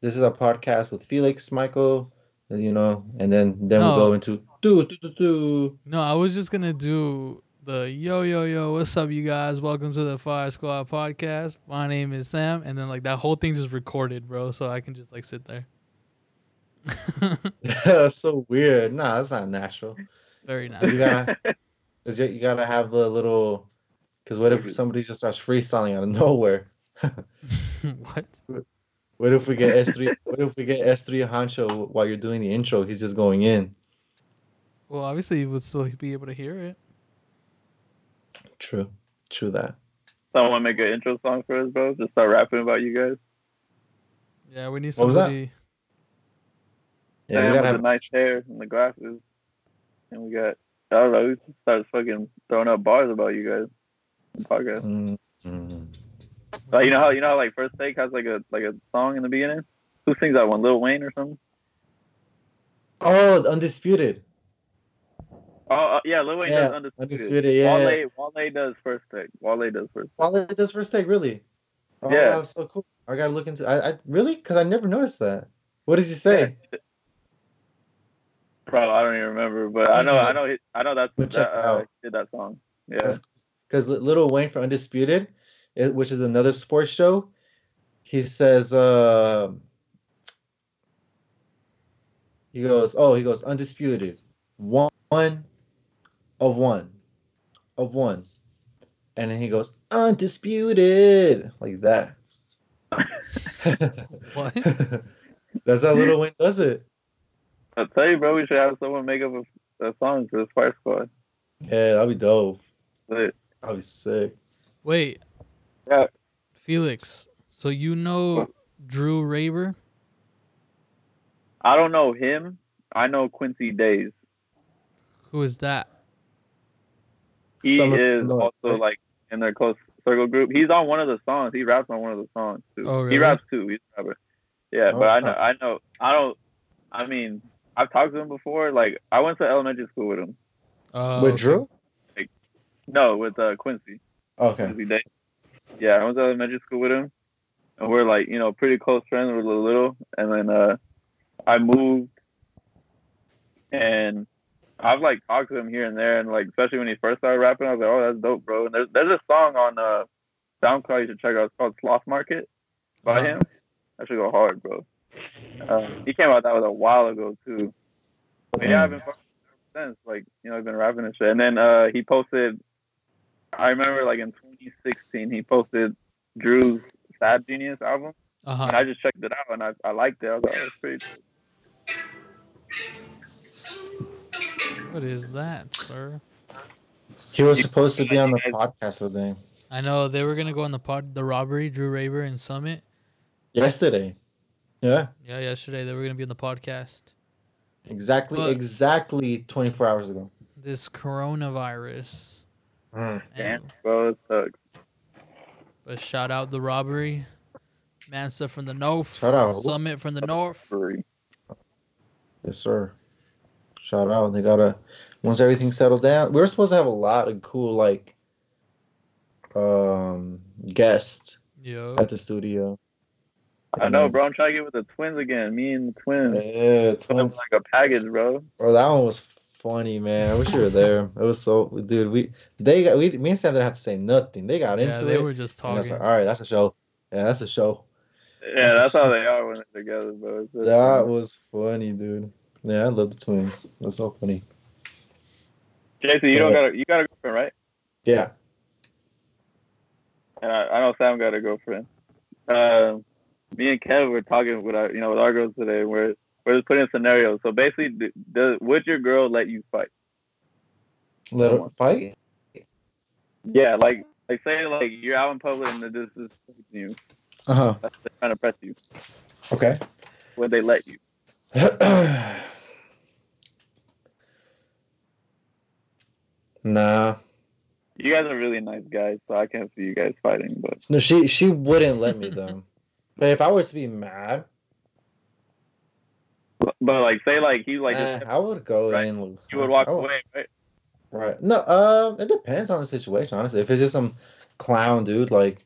This is our podcast with Felix, Michael, and, you know, and then then
No.
we'll go into do do do do.
No, I was just gonna do the yo yo yo, what's up, you guys? Welcome to the Fire Squad podcast. My name is Sam, and then like that whole thing just recorded, bro. So I can just like sit there.
that's so weird. Nah, that's not natural.
Very nice.
You gotta, 'cause you, you gotta have the little. Because what if somebody just starts freestyling out of nowhere?
what?
What if we get S three? What if we get S three Hancho while you're doing the intro? He's just going in.
Well, obviously you would still be able to hear it.
True, true that.
Someone make an intro song for us, bro. Just start rapping about you guys.
Yeah, we need
What was that?
somebody.
Yeah,
Sam
we gotta
with
have
the nice hair and the glasses, and we got I don't know. We just started fucking throwing up bars about you guys. in the Podcast.
Mm, mm.
Like you know how you know how, like first take has like a like a song in the beginning. Who sings that one? Lil Wayne or something?
Oh, undisputed.
Oh uh, yeah, Lil Wayne
Yeah,
does undisputed.
Undisputed. Yeah.
Wale Wale does first take. Wale does first.
Wale does first take really. Oh,
Yeah.
That's so cool. I gotta look into. I, I really because I never noticed that. What does he say?
Bro, I don't even remember, but I know I know he, I know that's
We'll
that,
check it
uh,
out.
did that song. Yeah.
Because Little Wayne for Undisputed, it, which is another sports show, he says. Uh, he goes. Oh, he goes undisputed. One, one of one, of one, and then he goes undisputed like that.
What?
That's how Little Wayne does it.
I tell you, bro, we should have someone make up a, a song for this fire squad.
Yeah, that'd be dope.
But,
That'd be sick.
Wait.
Yeah.
Felix, so you know Drew Raber?
I don't know him. I know Quincy Days.
Who is that?
He
Some of-
is
no,
also
right?
like in their close circle group. He's on one of the songs. He raps on one of the songs too.
Oh, really?
He raps too. He's a rapper. Yeah, but
Oh,
I know.
huh.
I know. I don't. I mean, I've talked to him before. Like I went to elementary school with him.
Uh,
With
okay.
Drew?
No, with uh, Quincy.
Okay.
Quincy Days. Yeah, I went to elementary school with him, and we're like you know pretty close friends. We We're little, and then uh, I moved, and I've like talked to him here and there, and like especially when he first started rapping, I was like, oh, that's dope, bro. And there's there's a song on uh, SoundCloud you should check out. It's called Sloth Market by
Uh-huh.
him. That should go hard, bro. Uh, he came out with that was a while ago too. But yeah, I've been fucking with him since like you know I've been rapping and shit. And then uh, he posted. I remember like in 2016 he posted Drew's Sad Genius album. And
Uh-huh.
I just checked it out and I, I liked it. I was like, oh, that's pretty. cool."
What is that, sir?
He was supposed to be on the podcast today.
I know they were gonna go on the pod, the robbery, Drew Raber and Summit.
Yesterday. Yeah.
Yeah, yesterday they were gonna be on the podcast.
Exactly,
But-
exactly 24 hours ago.
This coronavirus.
Damn,
And,
bro, it sucks.
but shout out the robbery, Mansa from the north,
Shout out.
Summit from the north.
Free.
Yes, sir. Shout out. They gotta once everything settled down. We were supposed to have a lot of cool like um guests
Yo,
at the studio.
I know, bro. I'm trying to get with the twins again. Me and the twins.
Yeah,
Twins
twins.
like a package, bro.
Bro, that one was funny, man. I wish you were there. It was so dude, we they got we me and Sam didn't have to say nothing. They got
yeah,
into
they
it.
were just
and that's
talking.
like, all right, that's a show. Yeah, that's a show.
Yeah, that's how they are when they're together, bro. It's just-
That was funny, dude. Yeah, I love the twins. That's so funny.
Jason, you don't
Yeah.
gotta, you got a girlfriend, right?
Yeah.
And I, I know Sam got a girlfriend. Um, me and Kev were talking with our, you know, with our girls today. We're we're just putting scenarios. So basically, d- does, would your girl let you fight?
Let
Come on.
it fight.
Yeah, like like say like you're out in public and this is you,
Uh huh.
they're trying to press you.
Okay.
Would they let you?
nah.
You guys are really nice guys, so I can't see you guys fighting. But
No, she she wouldn't let me though. but if I were to be mad,
but like say like he's like
eh, oh,
just,
I would go
right?
in. and
you would walk
I
away, right?
Right. No, um, it depends on the situation, honestly. If it's just some clown dude, like,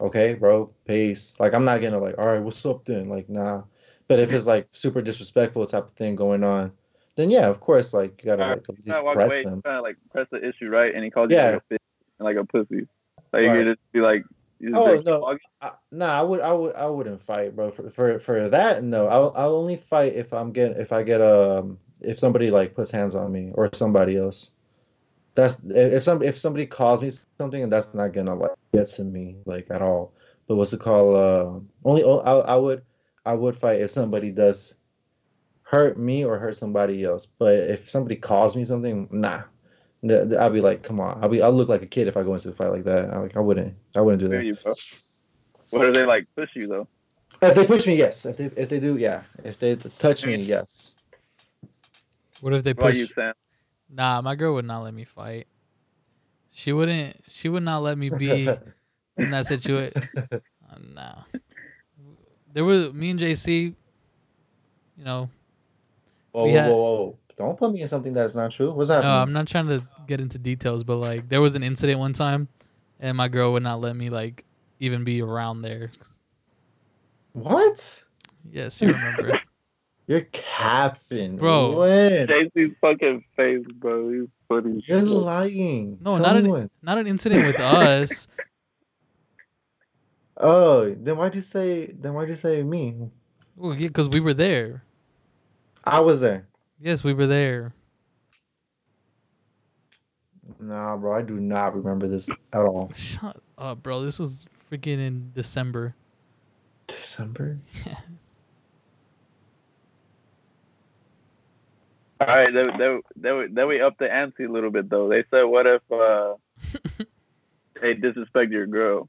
okay, bro, peace. Like, I'm not gonna like, all right, what's up then? Like, nah. But if it's like super disrespectful type of thing going on, then yeah, of course, like you gotta
Alright,
like at
Trying to
least
walk
press
away,
them.
trying to like press the issue, right? And he calls
Yeah.
you like a bitch and like a pussy. Like you
Right.
could just be like, you just
Oh,
like,
no.
walk-
I, nah, I would, I would, I wouldn't fight, bro. For for, for that, no. I'll I'll only fight if I'm getting if I get um if somebody like puts hands on me or somebody else. That's if some if somebody calls me something and that's not gonna like get to me like at all. But what's it called? Uh, only oh, I I would I would fight if somebody does hurt me or hurt somebody else. But if somebody calls me something, nah. Th- th- I'll be like, come on. I'll be. I'll look like a kid if I go into a fight like that. I, like, I wouldn't. I wouldn't do
Hear
that.
you, bro. What if they like push you though?
If they push me, yes. If they if they do, yeah. If they t- touch me, yes.
What if they
What about
push?
you, Sam?
Nah, my girl would not let me fight. She wouldn't. She would not let me be in that situation. nah. There was me and JC. You know,
Whoa,
We
whoa,
had- Um,
whoa, whoa! Don't put me in something that is not true. What's
no, I'm
happening?
not trying to get into details, but like there was an incident one time, and my girl would not let me like even be around there.
what?
Yes, you remember.
You're capping,
Bro.
When?
JC's fucking face, bro. He's funny.
You're lying.
No,
Tell
not
me
an-
when.
not an incident with us.
Oh, then why'd you say? Then why'd you say me?
Because we were there.
I was there.
Yes, we were there.
Nah, bro. I do not remember this at all.
Shut up, bro. This was freaking in December.
December.
All right, then, then, then, we, then we up the ante a little bit though. They said, what if uh, they disrespect your girl?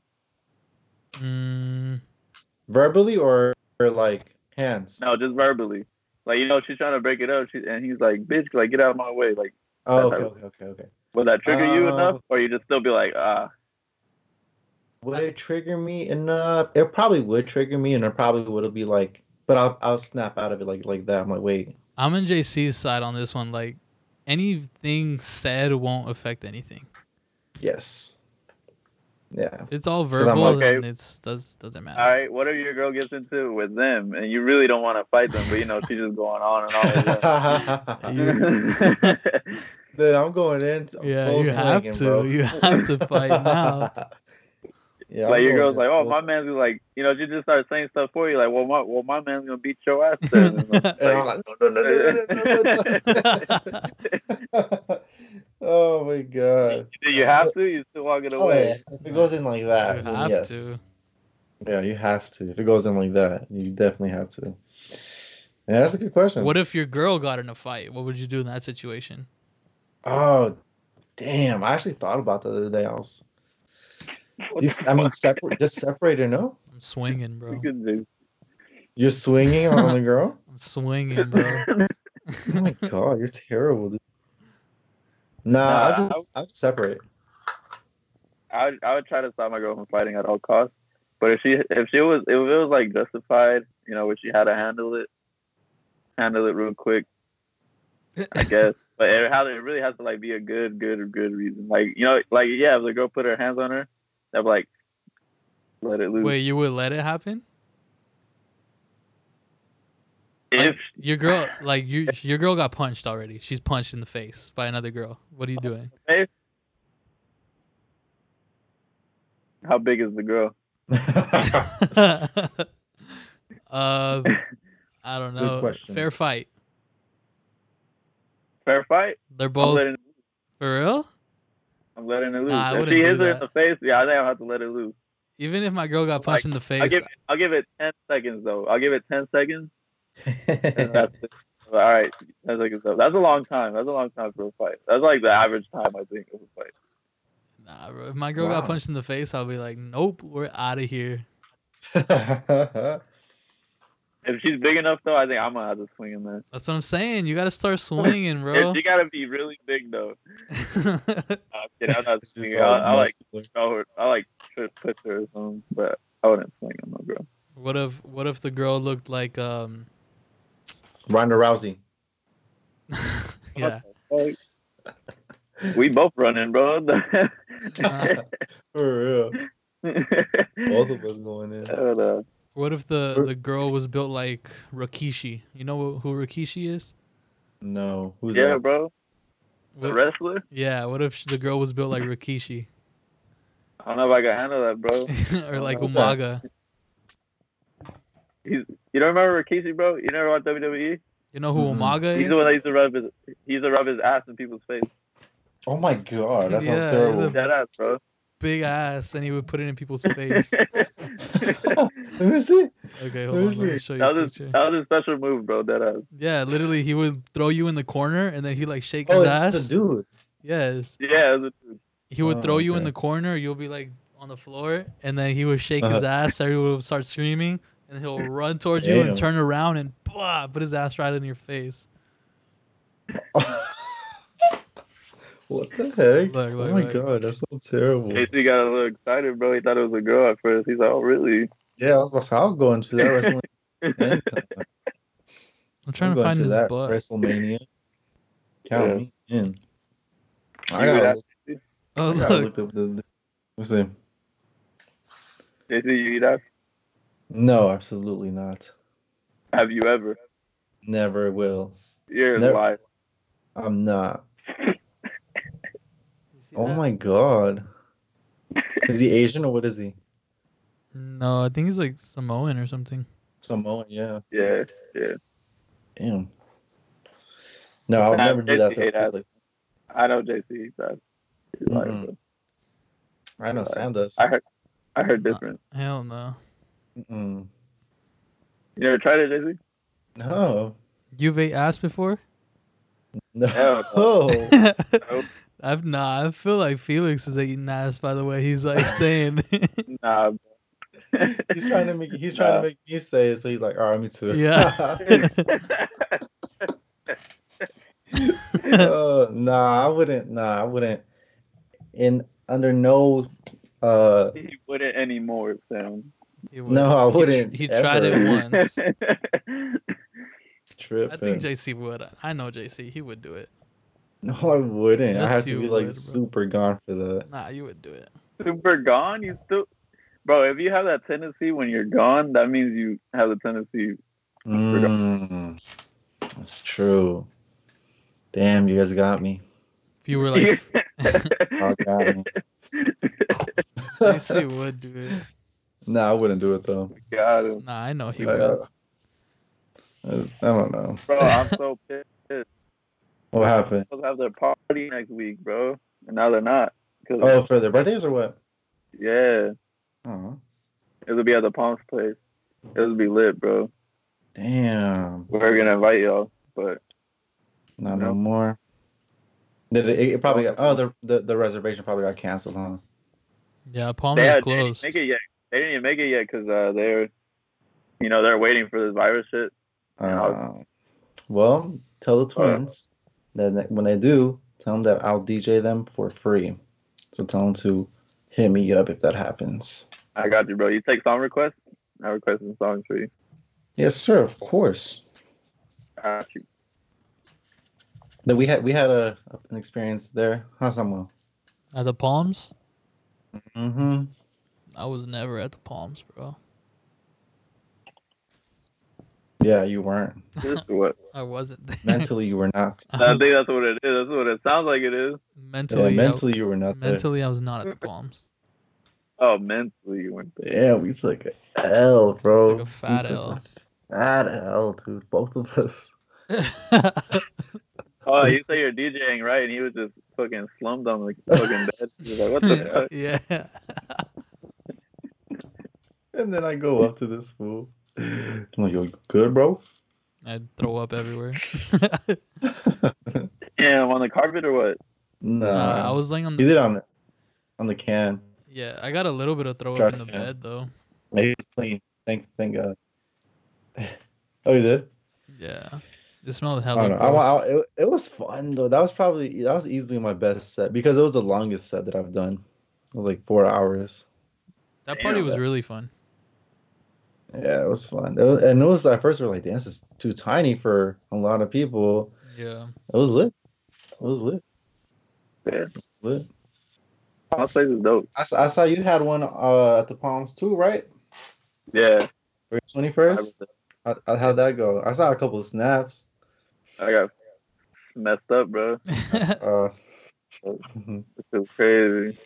Mm,
Verbally or, or like hands?
No, just verbally. Like you know, she's trying to break it up, she, and he's like, "Bitch, like get out of my way." Like,
Oh, okay,
that's how-
okay, okay, okay.
will that trigger you
Uh,
enough, or you just still be like,
uh,
"Ah,
Would it trigger me enough? It probably would trigger me, and it probably would be like, but I'll I'll snap out of it like like that. I'm like, wait,
I'm on JC's side on this one. Like, anything said won't affect anything.
yes, yeah.
If it's all
'Cause I'm
verbal,
okay.
then it's does doesn't matter.
all right, whatever your girl gets into with them, and you really don't want to fight them, but you know she's just going on and on." With that.
Dude, I'm going in. I'm
Yeah,
full
you have
swinging,
to.
bro.
You have to fight now.
yeah, I'm
like your
going
girl's
in
like, "Oh,
full
my
swing."
man's gonna, like," you know, she just starts saying stuff for you, like, "Well, my well, my man's gonna beat your ass." Then. And I'm
And I'm
like,
like, no, no, no, no, no,
yeah,
no, no, no. oh my god.
Do you have to? You still walking
Oh, yeah.
away?
If it goes in like that,
you
then
have
yes.
to.
Yeah, you have to. If it goes in like that, you definitely have to. Yeah, that's a good question.
What if your girl got in a fight? What would you do in that situation?
Oh, damn! I actually thought about that the other day. I was,
What
you,
the
I mean,
fuck
separate, just separate her. No,
I'm swinging,
you
bro.
can do?
you're swinging on the girl.
I'm swinging, bro.
Oh my god, you're terrible, dude. Nah,
Nah,
I just, I just separate.
I would, I would try to stop my girl from fighting at all costs. But if she if she was if it was like justified, you know, where she had to handle it, handle it real quick, I guess. But it, how it really has to like be a good, good, good reason. Like you know, like yeah, if the girl put her hands on her, I'd be like, let it loose.
Wait, you would let it happen?
if
Like, your girl, like you, your girl got punched already. She's punched in the face by another girl. What are you doing?
how big is the girl?
yeah,
uh, I don't
Good
know.
question.
Fair fight.
Fair fight.
They're
I'm
both
letting
for real.
I'm letting it loose.
Nah, I
if
wouldn't
she
do
hits her
that.
in the face, yeah, I think I have to let it loose.
Even if my girl got punched in the
I'll
face,
give, I'll give it 10 seconds, though. I'll give it 10 seconds. And that's it. All right, 10 seconds, though. That's a long time. That's a long time for a fight. That's like the average time, I think, of a fight.
nah, bro. If my girl got
Wow.
punched in the face, I'll be like, nope, we're out of here.
If she's big enough, though, I think I'm going to have to swing in there.
That's what I'm saying. You gotta start swinging, bro.
If she got to be really big, though. Nah, I'm kidding. I'm not
This is
swinging.
all
I, I like
muscular.
throw her. I like to push her or something, but I wouldn't swing on my girl.
what if what if the girl looked like um
Ronda Rousey.
yeah
Like, we both running, bro.
For real. Both
Both
of us going in.
uh,
what if the the girl was built like Rikishi? You know who Rikishi is?
No. Who's
yeah,
that?
bro. The
What-
wrestler.
yeah. What if sh- the girl was built like Rikishi
I don't know if I can handle that, bro.
or like
What's that?
Umaga?
He's. You don't remember Rikishi, bro? You never watched WWE?
You know who
Mm-mm.
Umaga is?
He's the one that used to rub his. He used to rub his ass in people's face.
Oh my god, that sounds
Yeah,
terrible.
Dead ass, bro.
Big ass, and he would put it in people's face.
Let me see.
Okay, hold on. Let me
Listen,
show you
That
a
was
picture.
his, that was his special move, bro. Dead ass.
Yeah, literally, he would throw you in the corner and then he like shake his
Oh,
ass.
it's a dude.
Yes,
Yeah, it was a dude.
he would throw
Oh,
you in
okay.
the corner. You'll be like on the floor, and then he would shake his
Uh-huh.
ass. Everyone would start screaming, and he'll run towards you and
Damn.
turn around and blah, put his ass right in your face.
what the
Look,
heck?
look,
oh my
look.
god, that's so terrible.
JC got a little excited, bro. He thought it was a girl at first. He's like, oh, really?
Yeah, I was about to say, I'll go into that WrestleMania. anytime.
I'm trying
I'll
to
go
find
into
his
that
butt.
WrestleMania. Count me
Yeah.
in. I
You would
gotta,
have-
look,
oh
I gotta
look,
look up the. the- Let's see.
JC, you eat ass?
No, absolutely not.
Have you ever?
Never will.
You're a
Never.
liar.
I'm not.
You see
Oh
that?
my god. Is he Asian or what is he?
No, I think he's like Samoan or something.
Samoan, yeah.
Yeah, yeah.
Damn. No, I'll
Nah,
never do that
basically
to a
hate
public.
I know JC eats ass. He's a liar,
Mhm.
bro.
I know Sam does.
I heard, I heard different.
Hell no.
Mm-mm.
You never tried it, JC?
No.
You've ate ass before?
No.
Hell
I've not. I feel like Felix is eating ass. By the way, he's like saying,
Nah, bro.
he's trying to make he's trying
Nah.
to make me say it, so he's like, all right, me too.
Yeah.
Uh, nah, I wouldn't nah, I wouldn't in under no uh
he wouldn't anymore, Sam.
He would.
no, I
He tr-
wouldn't.
He, tried it
ever
once.
Trip.
I think JC would. I know JC. He would do it.
no, I wouldn't.
Yes,
I have
you
to be
would,
like
bro.
super gone for that.
Nah, you would do it.
Super gone? You still. Bro, if you have that tendency when you're gone, that means you have the tendency.
Mm, that's true. Damn, you guys got me.
If you were like,
Y'all got me.
JC would do it.
nah, I wouldn't do it though.
Got him.
Nah, I know he
Like,
would.
uh, I don't know
Bro, I'm so pissed.
what happened.
supposed to have their party next week, bro. And now they're not. 'Cause-
Oh, for their birthdays or what?
Yeah,
Oh,
it'll be at the Palms place. It'll be lit, bro.
damn,
We're gonna invite y'all, but
not
No.
no more. Did it, it probably got oh the, the the reservation probably got canceled, huh?
Yeah, Palms
they,
is
had, they didn't
closed.
make it yet. They didn't even make it yet because uh, they're, you know, they're waiting for this virus shit.
Uh, well, tell the
Alright.
twins that that when they do, tell them that I'll DJ them for free. So tell them to hit me up if that happens.
I got you, bro. You take song requests. I request some songs for you.
Yes, sir. Of course.
I got you.
That we had we had a an experience there, huh, Samuel?
At the Palms?
Mm-hmm.
I was never at the Palms, bro.
Yeah, you weren't
This is what.
I wasn't there.
mentally. You were not.
I
I
was-
think that's what it is. That's what it sounds like. It is.
Yeah,
mentally,
mentally, you were
I,
not there.
mentally, I was not at the Palms.
Oh, mentally, you went.
Yeah, we took a L, bro.
Took a fat
we took
L.
A fat L, dude. Both of us.
Oh, you say you're DJing, right? And he was just fucking slummed on the fucking bed. He was like, what the fuck?
yeah.
And then I go up to this fool. I'm like, yo, you good, bro?
I'd throw up everywhere.
Damn, on the carpet or what?
Nah.
Nah, I was laying on
he
the
did on the on the can.
yeah. I got a little bit of throw up
Trash
in the
can.
bed though.
He was clean. Thank thank God. Oh, you did?
Yeah, it smelled
I
hella
don't know. I, wa- I,
gross.
it, it was fun though. That was probably that was easily my best set because it was the longest set that I've done. It was like four hours.
that party
Damn,
was
that-
really fun.
Yeah, it was fun. It was, and it was at first we were like, "Damn, this is too tiny for a lot of people."
Yeah,
It was lit. It was lit.
Yeah.
It was lit.
My place is dope.
I, s- I saw you had one uh, at the Palms too, right?
Yeah.
For your
I,
21st? I, I, how'd that go? I saw a couple of snaps.
I got messed up, bro.
Uh,
This is crazy.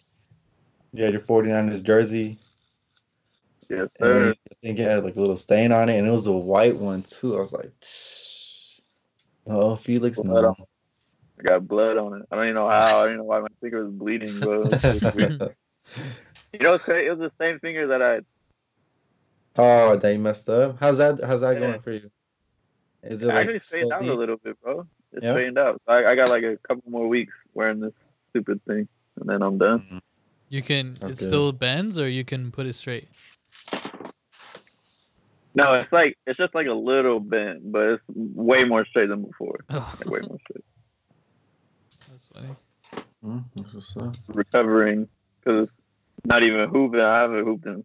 you had your 49ers jersey.
Yes,
And then
sir.
you- I think it had like a little stain on it, and it was a white one too. I was like, "Oh, Felix, no."
I got blood on it. I don't even know how. I don't even know why my finger was bleeding, bro. It's just weird. you know, it's crazy. it was the same finger that I
oh, that you messed up. How's that? How's that
Yeah.
going for you? Is it
I
like
actually straightened out a
slowly-
little bit, bro. It
Yeah?
straightened out. So I, I got like a couple more weeks wearing this stupid thing, and then I'm done.
Mm-hmm.
you can.
That's
it
good.
still bends, or you can put it straight.
No, it's like it's just like a little bent, but it's way more straight than before. Like way more straight.
That's funny.
Mm, that's what's up.
Recovering because it's not even hooping. I haven't hooped in.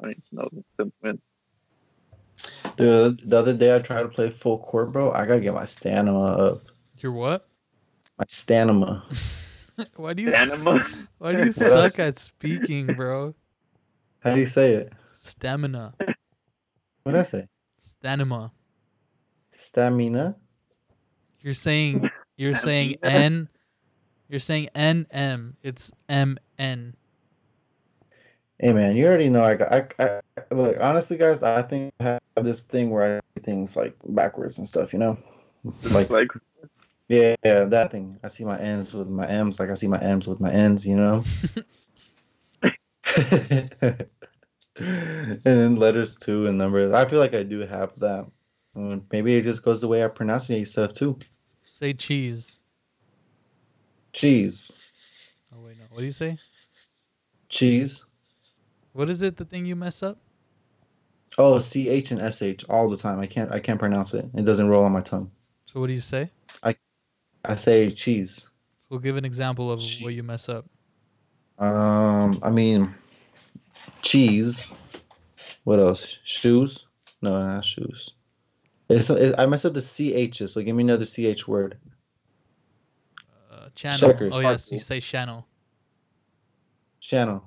I don't even know since when.
Dude, the other day I tried to play full court, bro. I gotta get my stamina up.
Your what?
My stamina.
Why do you? s-
Anima.
Why do you
else?
suck at speaking, bro?
How do you say it?
Stamina,
What did I say?
stamina.
Stamina.
You're saying you're saying n. You're saying n m. It's m n.
Hey man, you already know I got. I, I look honestly, guys. I think I have this thing where I do things like backwards and stuff. You know, like
Like
yeah, yeah, that thing. I see my ends with my m's, like I see my m's with my ends. You know. and then letters two and numbers. I feel like I do have that. Mm, Maybe it just goes the way I pronunciate stuff too.
Say cheese.
Cheese,
Oh wait, no. What do you say?
cheese.
What is it? The thing you mess up?
Oh, C H and S H all the time. I can't. I can't pronounce it. It doesn't roll on my tongue.
So what do you say?
I say cheese.
We'll give an example of what you
Cheese.
mess up.
Um, I mean, cheese. What else? Shoes? No, not shoes. It's, it's, I messed up the CHs, so give me another CH word.
Uh, channel.
Checkers.
Oh yes, you
Checkers.
say channel.
Channel.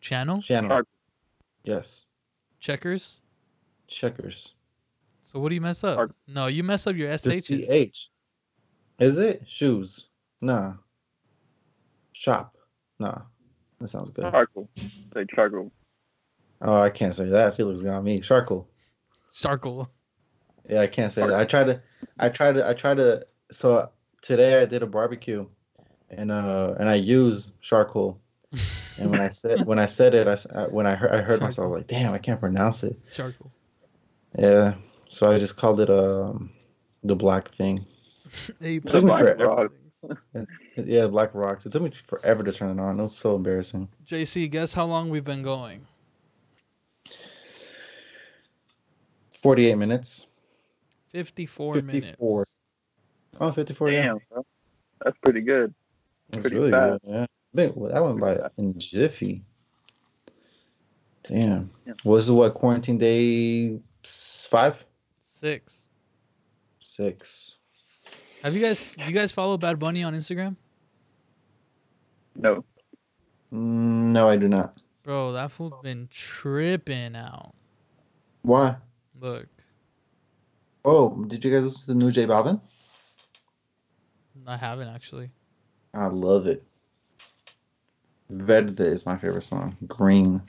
Channel.
Channel.
Check.
Yes.
Checkers.
Checkers.
So what do you mess up?
Check.
No, you mess up your
The
shs.
CH. Is it? Shoes. Nah. Shop. Nah. That sounds good.
charcoal. Say charcoal.
Oh, I can't say that. Felix got me. Charcoal.
Charcoal.
Yeah, I can't say that. I tried to, I tried to, I tried to. So today I did a barbecue, and uh, and I used charcoal. And when I said when I said it, I s- I- when I heard I heard myself
Charcoal.
like, damn, I can't pronounce it.
Charcoal.
Yeah, so I just called it um, the black thing.
Hey,
me
The black
forever.
rock.
Yeah, black rocks. It took me forever to turn it on. It was so embarrassing.
JC, guess how long we've been going?
Forty eight minutes.
54, minutes.
54. Oh, 54 Yeah,
Damn, bro. that's pretty good.
it's
pretty
really
fast.
good. Yeah, Man, well, that went by
Pretty fast.
in jiffy. Damn.
Yeah.
Was it what quarantine day s- five,
Six.
six?
Have you guys you guys follow Bad Bunny on Instagram?
No,
Mm, No, I do not.
Bro, that fool's been tripping out.
Why?
Look.
Oh, did you guys listen to the new J Balvin?
I haven't actually.
I love it. Verde is my favorite song. Green.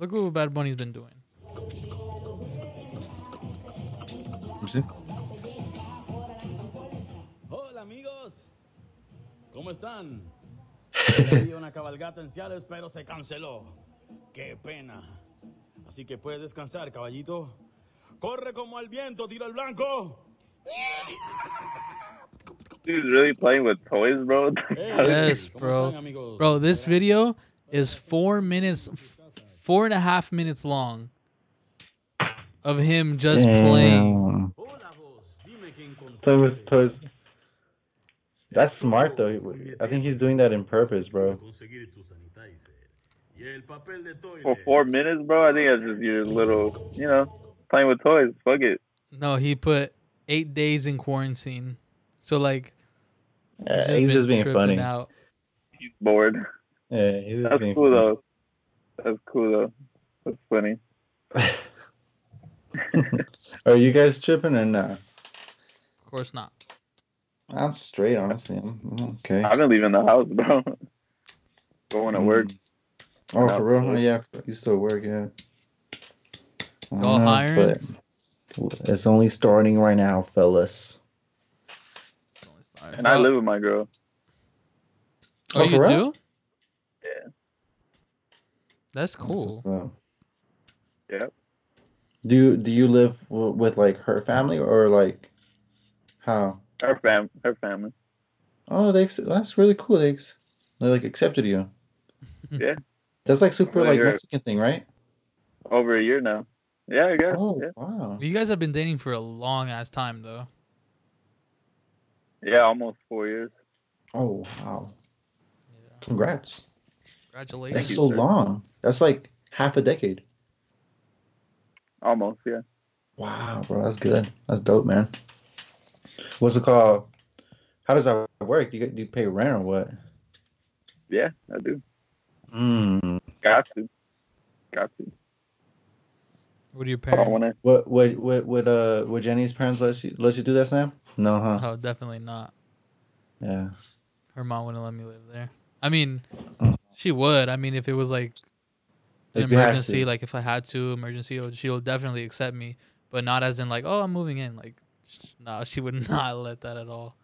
Look what Bad Bunny's been doing.
Hola amigos, ¿cómo están? Había una cabalgata en Ciales, pero se canceló. Qué pena. Así que puedes descansar, caballito. Corre como al viento, tira al blanco.
Dude's really playing with toys, bro.
Yes,
¿Cómo están,
bro.
amigos?
Bro, this video is four minutes, f- four and a half minutes long of him just playing.
Damn.
Hola, vos. Dime que encontraste.
Toys, toys. That's smart though. I think he's doing that in purpose, bro.
Conseguir tu sanitizer. Y el papel de
For
toilet.
four minutes, bro, I think that's just your little, you know, playing with toys. Fuck it.
No, he put eight days in quarantine. So, like,
Yeah, Uh, he's
been
just being
tripping
funny.
Out.
He's bored.
Yeah, he's just
That's
being
cool
funny.
though. That's cool though. That's funny.
Are you guys tripping or not?
Of course not.
I'm straight, honestly. I'm I'm okay.
I've been leaving the house, bro. Going to work.
Mm. Oh,
Yeah.
for real? Oh, yeah, you still work, yeah. I
Y'all
know,
hiring?
but It's only starting right now, fellas.
And I live with my girl.
Oh,
Oh,
you
for
do?
real?
Yeah.
That's
That's
cool.
what's up.
Yeah.
uh, Do you- do you live w- with like her family or like how?
Her fam her family.
Oh, they ex- that's really cool. They, ex- they like accepted you.
Yeah.
That's like super
Over
like
here.
Mexican thing, right?
Over a year now. Yeah, I guess.
Oh
Yeah.
wow.
You guys have been dating for a long ass time, though.
yeah, almost four years.
Oh wow.
Yeah.
Congrats.
Congratulations.
That's
you,
so
sir.
long. That's like half a decade.
Almost, yeah.
Wow, bro, that's good. That's dope, man. What's it called? How does that work? Do you get- do you pay rent or what?
Yeah, I do.
Mm.
Got to. Got to.
What are your
I don't
parents?
want to.
What what what would uh would Jenny's parents let you let you do that, Sam? No, huh?
Oh, definitely not.
Yeah.
Her mom wouldn't let me live there. I mean, she would. I mean, if it was like an
If you had
emergency,
to.
like if I had to emergency, oh, she'll definitely accept me. But not as in like, oh, I'm moving in. Like, sh- no, she would not let that at all.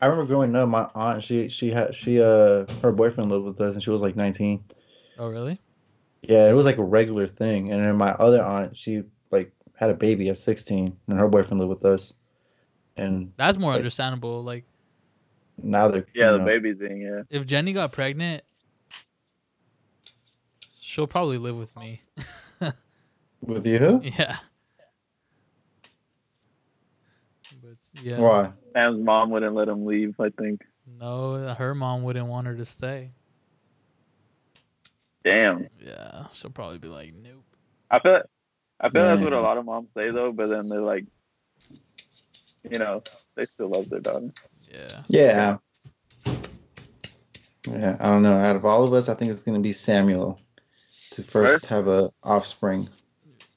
I remember growing up, my aunt she she had she uh her boyfriend lived with us and she was like nineteen.
Oh, really?
Yeah, it was like a regular thing. And then my other aunt, she like had a baby at sixteen and her boyfriend lived with us. And
That's more
Like-
understandable. Like,
now they're
Yeah,
you
the
know,
baby thing, yeah.
if Jenny got pregnant, she'll probably live with me.
with you?
Yeah. But yeah,
Why?
Sam's mom wouldn't let him leave, I think.
no, her mom wouldn't want her to stay.
Damn.
Yeah, she'll probably be like, nope.
I feel I feel that's what a
Yeah.
lot of moms say though, but then they're like you know, they still love their daughter.
Yeah.
Yeah. Yeah, I don't know. Out of all of us, I think it's gonna be Samuel to first have a offspring.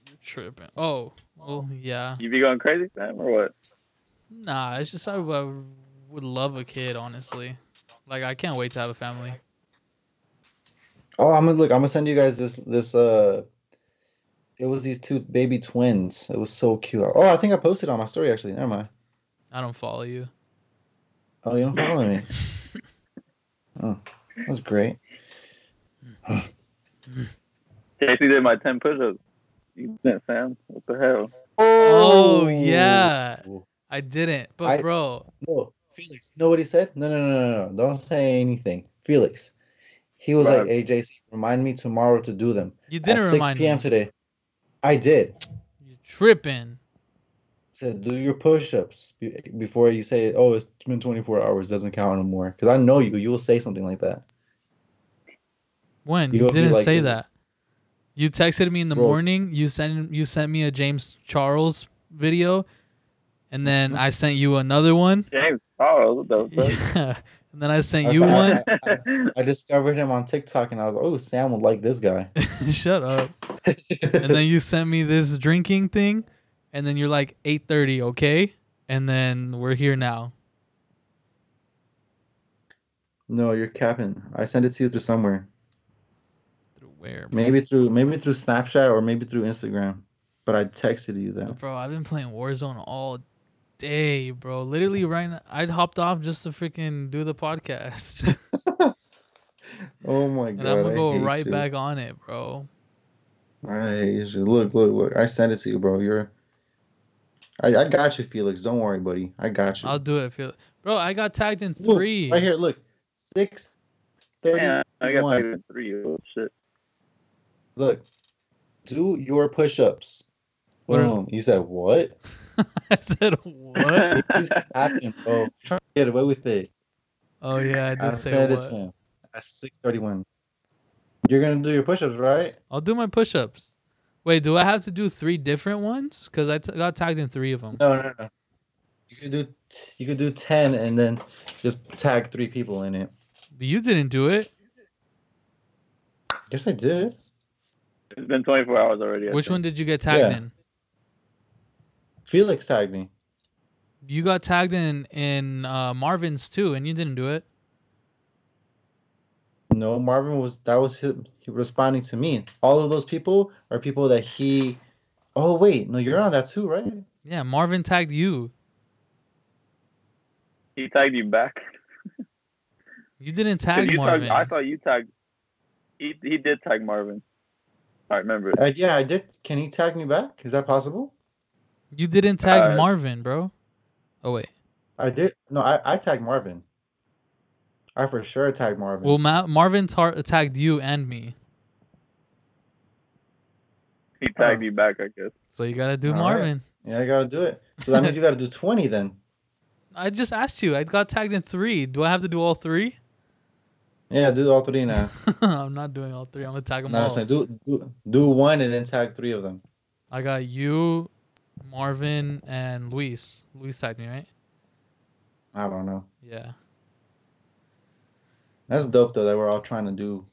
You're tripping. Oh, well, yeah.
You be going crazy, Sam, or what?
Nah, it's just I, I would love a kid, honestly. Like, I can't wait to have a family.
Oh, I'm gonna look. I'm gonna send you guys this. This uh, it was these two baby twins. It was so cute. Oh, I think I posted it on my story actually. Never mind.
I don't follow you.
Oh, you don't follow me. oh, that's great.
JC did my ten push ups. You didn't Sam. What the hell?
Oh, yeah. I didn't. But,
I-
bro,
No, Felix. You know what he said? No, no, no, no, no. Don't say anything, Felix. He was
Right.
like, "Hey, JC, remind me tomorrow to do them."
you didn't
at
remind
6 p.m.
me.
today. I did.
You're tripping.
Said do your push-ups be- before you say, "Oh, it's been 24 hours. Doesn't count anymore." Because I know you. You will say something like that.
When
You
you,
don't be
didn't
like
say
this.
that. You texted me in the
Bro.
morning. You sent you sent me a James Charles video, and then I sent you another one.
James Charles, what the fuck?
Yeah. And then I sent
Okay,
you
I-
one.
I, I discovered him on TikTok, and I was like, "Oh, Sam would like this guy."
Shut up. and then you sent me this drinking thing, and then you're like 8:30, okay? And then we're here now.
no, you're capping. I sent it to you through somewhere.
Through where, bro?
Maybe through maybe through Snapchat or maybe through Instagram. But I texted you that.
Bro, I've been playing Warzone all day, bro. Literally right now, I hopped off just to freaking do the podcast.
Oh my god.
and I'm
I
gonna go
hate
right
you.
back on it, bro.
I hate you. Look, look, look. I sent it to you, bro. You're. I, I got you, Felix. Don't worry, buddy. I got you.
I'll do it, Phil. Bro, I got tagged in
Look,
three.
right here. Look, six thirty.
Yeah, I got
One.
five and three. Oh shit.
Look, do your push-ups.
What are-
Boom. You said what?
I said what?
He's hacking, bro. trying to get away with it.
Oh yeah, I did
I
say
said it
what.
to him at six thirty-one. You're gonna do your push-ups, right?
I'll do my push-ups. Wait, do I have to do three different ones? Cause I t- got tagged in three of them.
No, no, no. You could do t- you could do ten and then just tag three people in it.
But you didn't do it.
Yes, I did.
It's been 24 hours already. I
Which one
think.
did you get tagged
Yeah.
in?
Felix tagged me.
You got tagged in in uh, Marvin's too, and you didn't do it.
No, Marvin was that was him he responding to me. All of those people are people that he. Oh wait, no, you're on that too, right?
Yeah, Marvin tagged you.
He tagged you back.
You didn't
'Cause
tag
you
Marvin.
Tagged, I thought you tagged. He he did tag Marvin. I remember.
Uh, yeah, I did. Can he tag me back? Is that possible?
you didn't tag
Uh,
Marvin, bro. Oh wait.
I did. No, I I tagged Marvin. I for sure tagged Marvin.
Well, Ma- Marvin tar- tagged you and me,
He tagged you back. I guess.
so you gotta do
All right.
Marvin.
yeah, I gotta do it. So that means you gotta do twenty then.
I just asked you. I got tagged in three. Do I have to do all three?
Yeah, do all three now.
I'm not doing all three. I'm gonna tag them
No, it's
all.
like do, do do one and then tag three of them.
I got you, Marvin, and Luis. Luis tagged me, right?
I don't know.
Yeah.
That's dope though that we're all trying to do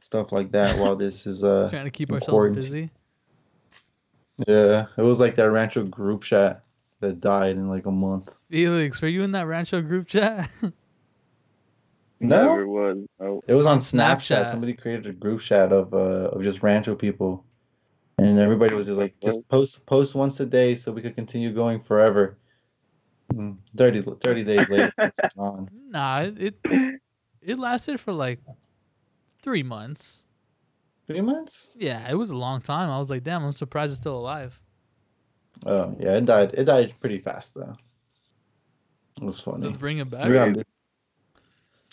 stuff like that while this is uh
Trying to keep
in
ourselves
quarantine.
busy.
yeah it was like that Rancho group chat that died in like a month.
Felix, were you in that Rancho group chat?
No,
Never was. No.
it was on
Snapchat.
Snapchat. Somebody created a group chat of uh of just Rancho people, and everybody was just like just post post once a day so we could continue going forever. Mm, 30, 30 days later, it's gone.
nah, it, it it lasted for like three months.
Three months?
Yeah, it was a long time. I was like, damn, I'm surprised it's still alive.
Oh yeah, it died. It died pretty fast though. It was funny.
Let's bring it back.
We gotta do-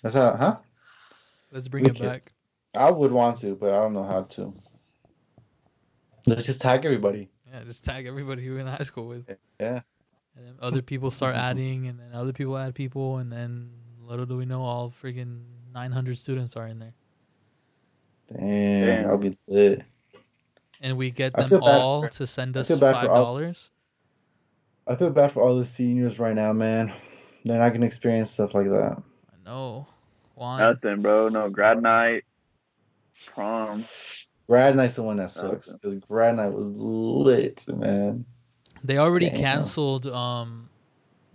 That's how, huh?
Let's bring
we
it
can-
back.
I would want to, but I don't know how to. Let's just tag everybody.
Yeah, just tag everybody you're in high school with.
Yeah.
And then other people start adding, and then other people add people, and then little do we know, all freaking 900 students are in there.
Damn,
Damn.
I'll be lit.
And we get
I
them
feel bad
all to send
I
us
feel bad for
$5.
all- I feel bad for all the seniors right now, man. They're not gonna experience stuff like that.
I know. Juan,
Nothing, bro. No grad night, prom.
Grad night's the one
Oh,
that sucks because grad night was lit, man.
they already
Damn.
canceled, um,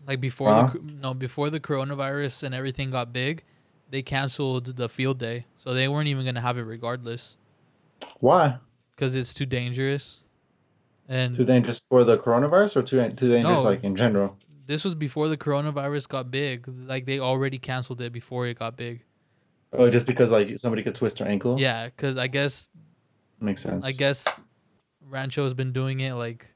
like before
Huh?
the cr- no before the coronavirus and everything got big, they canceled the field day, so they weren't even gonna have it regardless
Why?
because it's too dangerous. And
Too dangerous for the coronavirus, or too too dangerous
Mm. No.
like in general?
this was before the coronavirus got big. Like they already canceled it before it got big.
Oh, just because like somebody could twist their ankle.
Yeah, because I guess
makes sense.
I guess Rancho has been doing it like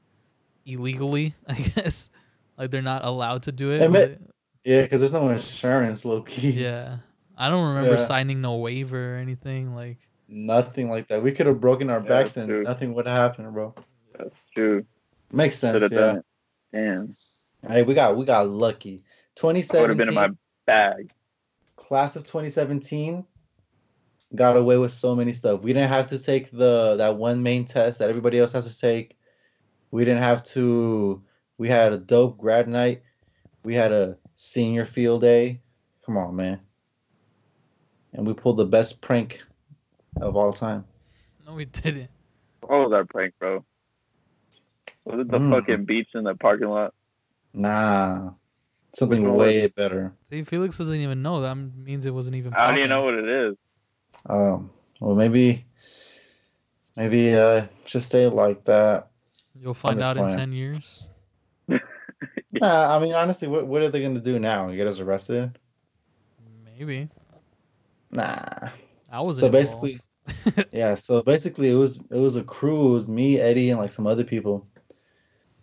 illegally. I guess like they're not allowed to do it.
They ma-
but-
Yeah, because there's no insurance, low key.
yeah, I don't remember
Yeah.
signing no waiver or anything. Like
Nothing like that. We could have broken our
Yeah,
backs
that's
and
true.
nothing would have happened, bro.
That's true.
Makes sense.
Should have
Yeah.
done it. Damn.
Hey, we got we got lucky.
I would have been
2017
in my bag.
class of 2017 got away with so many stuff. We didn't have to take the that one main test that everybody else has to take. We didn't have to. We had a dope grad night. We had a senior field day. Come on, man. And we pulled the best prank of all time.
no, we didn't.
What was our prank, bro? Was it the
Mm.
fucking beach in the parking lot?
Nah, something
Which one was
way better.
See, Felix doesn't even know. That means it wasn't even.
I don't even know
popping.
what it is.
Um, well, maybe, maybe uh, just stay like that.
You'll find
just
out in
playing.
ten years.
Nah, I mean, honestly, what, what are they gonna do now? Get us arrested?
Maybe
Nah.
I was
So basically- yeah so basically it was it was a crew it was me eddie and like some other people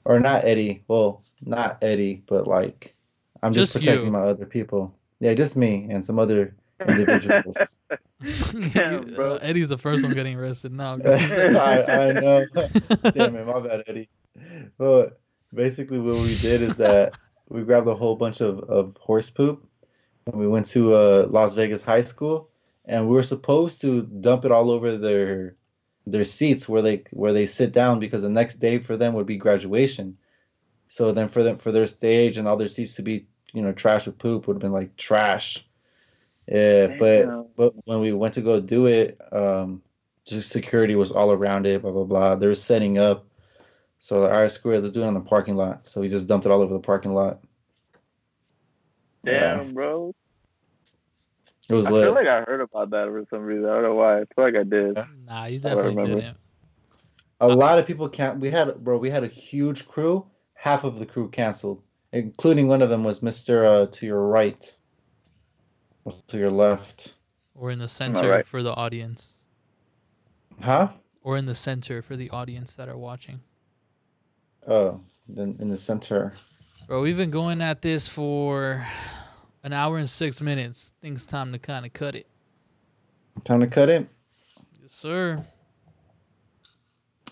or not eddie well not eddie but like i'm just,
Just
protecting
you.
my other people yeah just me and some other individuals
Damn, bro.
uh, Eddie's the first one getting arrested now. 'cause he said-
I, I know damn it my bad eddie but basically what we did is that we grabbed a whole bunch of, of horse poop and we went to uh, las vegas high school and we were supposed to dump it all over their their seats where they where they sit down because the next day for them would be graduation. So then for them for their stage and all their seats to be you know trash with poop would have been like trash. Yeah,
Damn.
but but when we went to go do it, um, just security was all around it. Blah blah blah. They were setting up. So like, all right, screw it. Let's do it on the parking lot. So we just dumped it all over the parking lot.
Damn, bro.
It was
I
lit.
feel like I heard about that for some reason. I don't know why. I feel like I did.
nah, you definitely
remember.
didn't.
A lot of people can't. We had, bro, we had a huge crew. Half of the crew canceled, including one of them was Mr. Uh, to your right, or to your left.
Or in the center
right.
for the audience.
Huh?
Or in the center for the audience that are watching.
Oh, then in the center.
Bro, we've been going at this for an hour and six minutes. Things time to kind of cut it.
Time to cut it.
Yes, sir.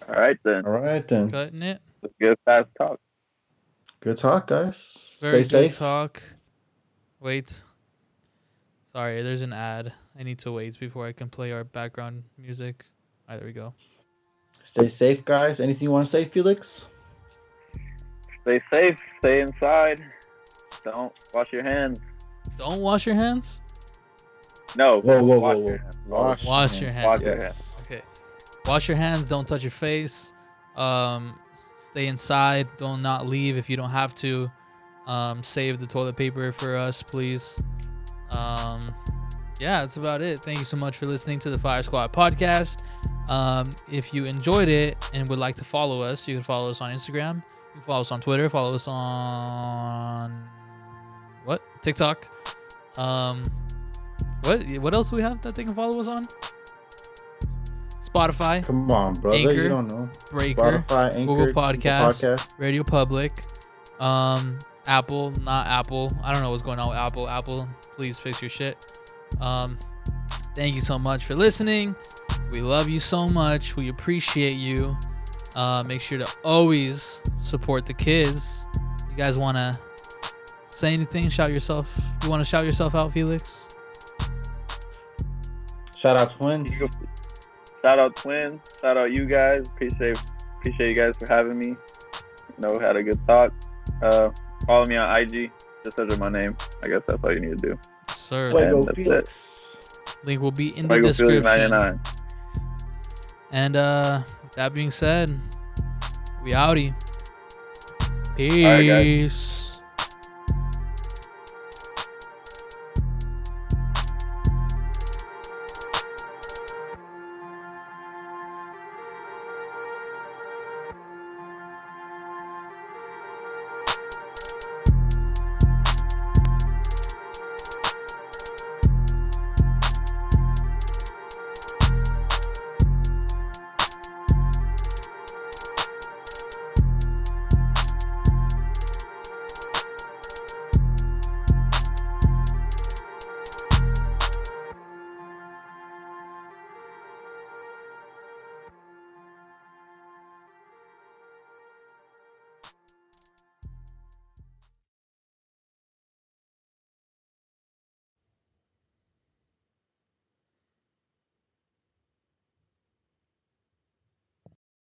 All right, then.
All right then.
Cutting it.
Let's get fast talk.
Good talk, guys.
Very
Stay
good
safe.
talk. Wait. Sorry, there's an ad. I need to wait before I can play our background music. Ah, there we go.
Stay safe, guys. Anything you want to say, Felix?
Stay safe. Stay inside. Don't wash your hands.
Don't wash your hands.
No.
Whoa, whoa,
wash
whoa,
your
whoa.
hands. Oh,
Wash,
Wash your
hands.
Yes.
Okay. Wash your hands. Don't touch your face. Um, stay inside. Don't not leave if you don't have to. Um, save the toilet paper for us, please. Um, yeah, that's about it. Thank you so much for listening to the Fire Squad podcast. Um, if you enjoyed it and would like to follow us, you can follow us on Instagram. You can follow us on Twitter. Follow us on what TikTok. Um, what what else do we have that they can follow us on? Spotify,
Come on, brother.
Anchor,
you don't know.
Breaker,
Spotify, Anchor,
Google
Google
Podcast, Radio Public, um, Apple, not Apple. I don't know what's going on with Apple. Apple, please fix your shit. Um, thank you so much for listening. We love you so much. We appreciate you. Uh, make sure to always support the kids. You guys want to say anything? Shout yourself. You want to shout yourself out, Felix?
Shout out twins.
Shout out twins. Shout out you guys. Appreciate appreciate you guys for having me. You know, we had a good talk. Uh, follow me on IG. Just under my name. I guess that's all you need to do.
Sir,
Wait.
Fuego
that's it.
Felix.
link will be in the
Michael Philly
description.
99.
And uh with that being said, we outie. Peace.
All right, guys.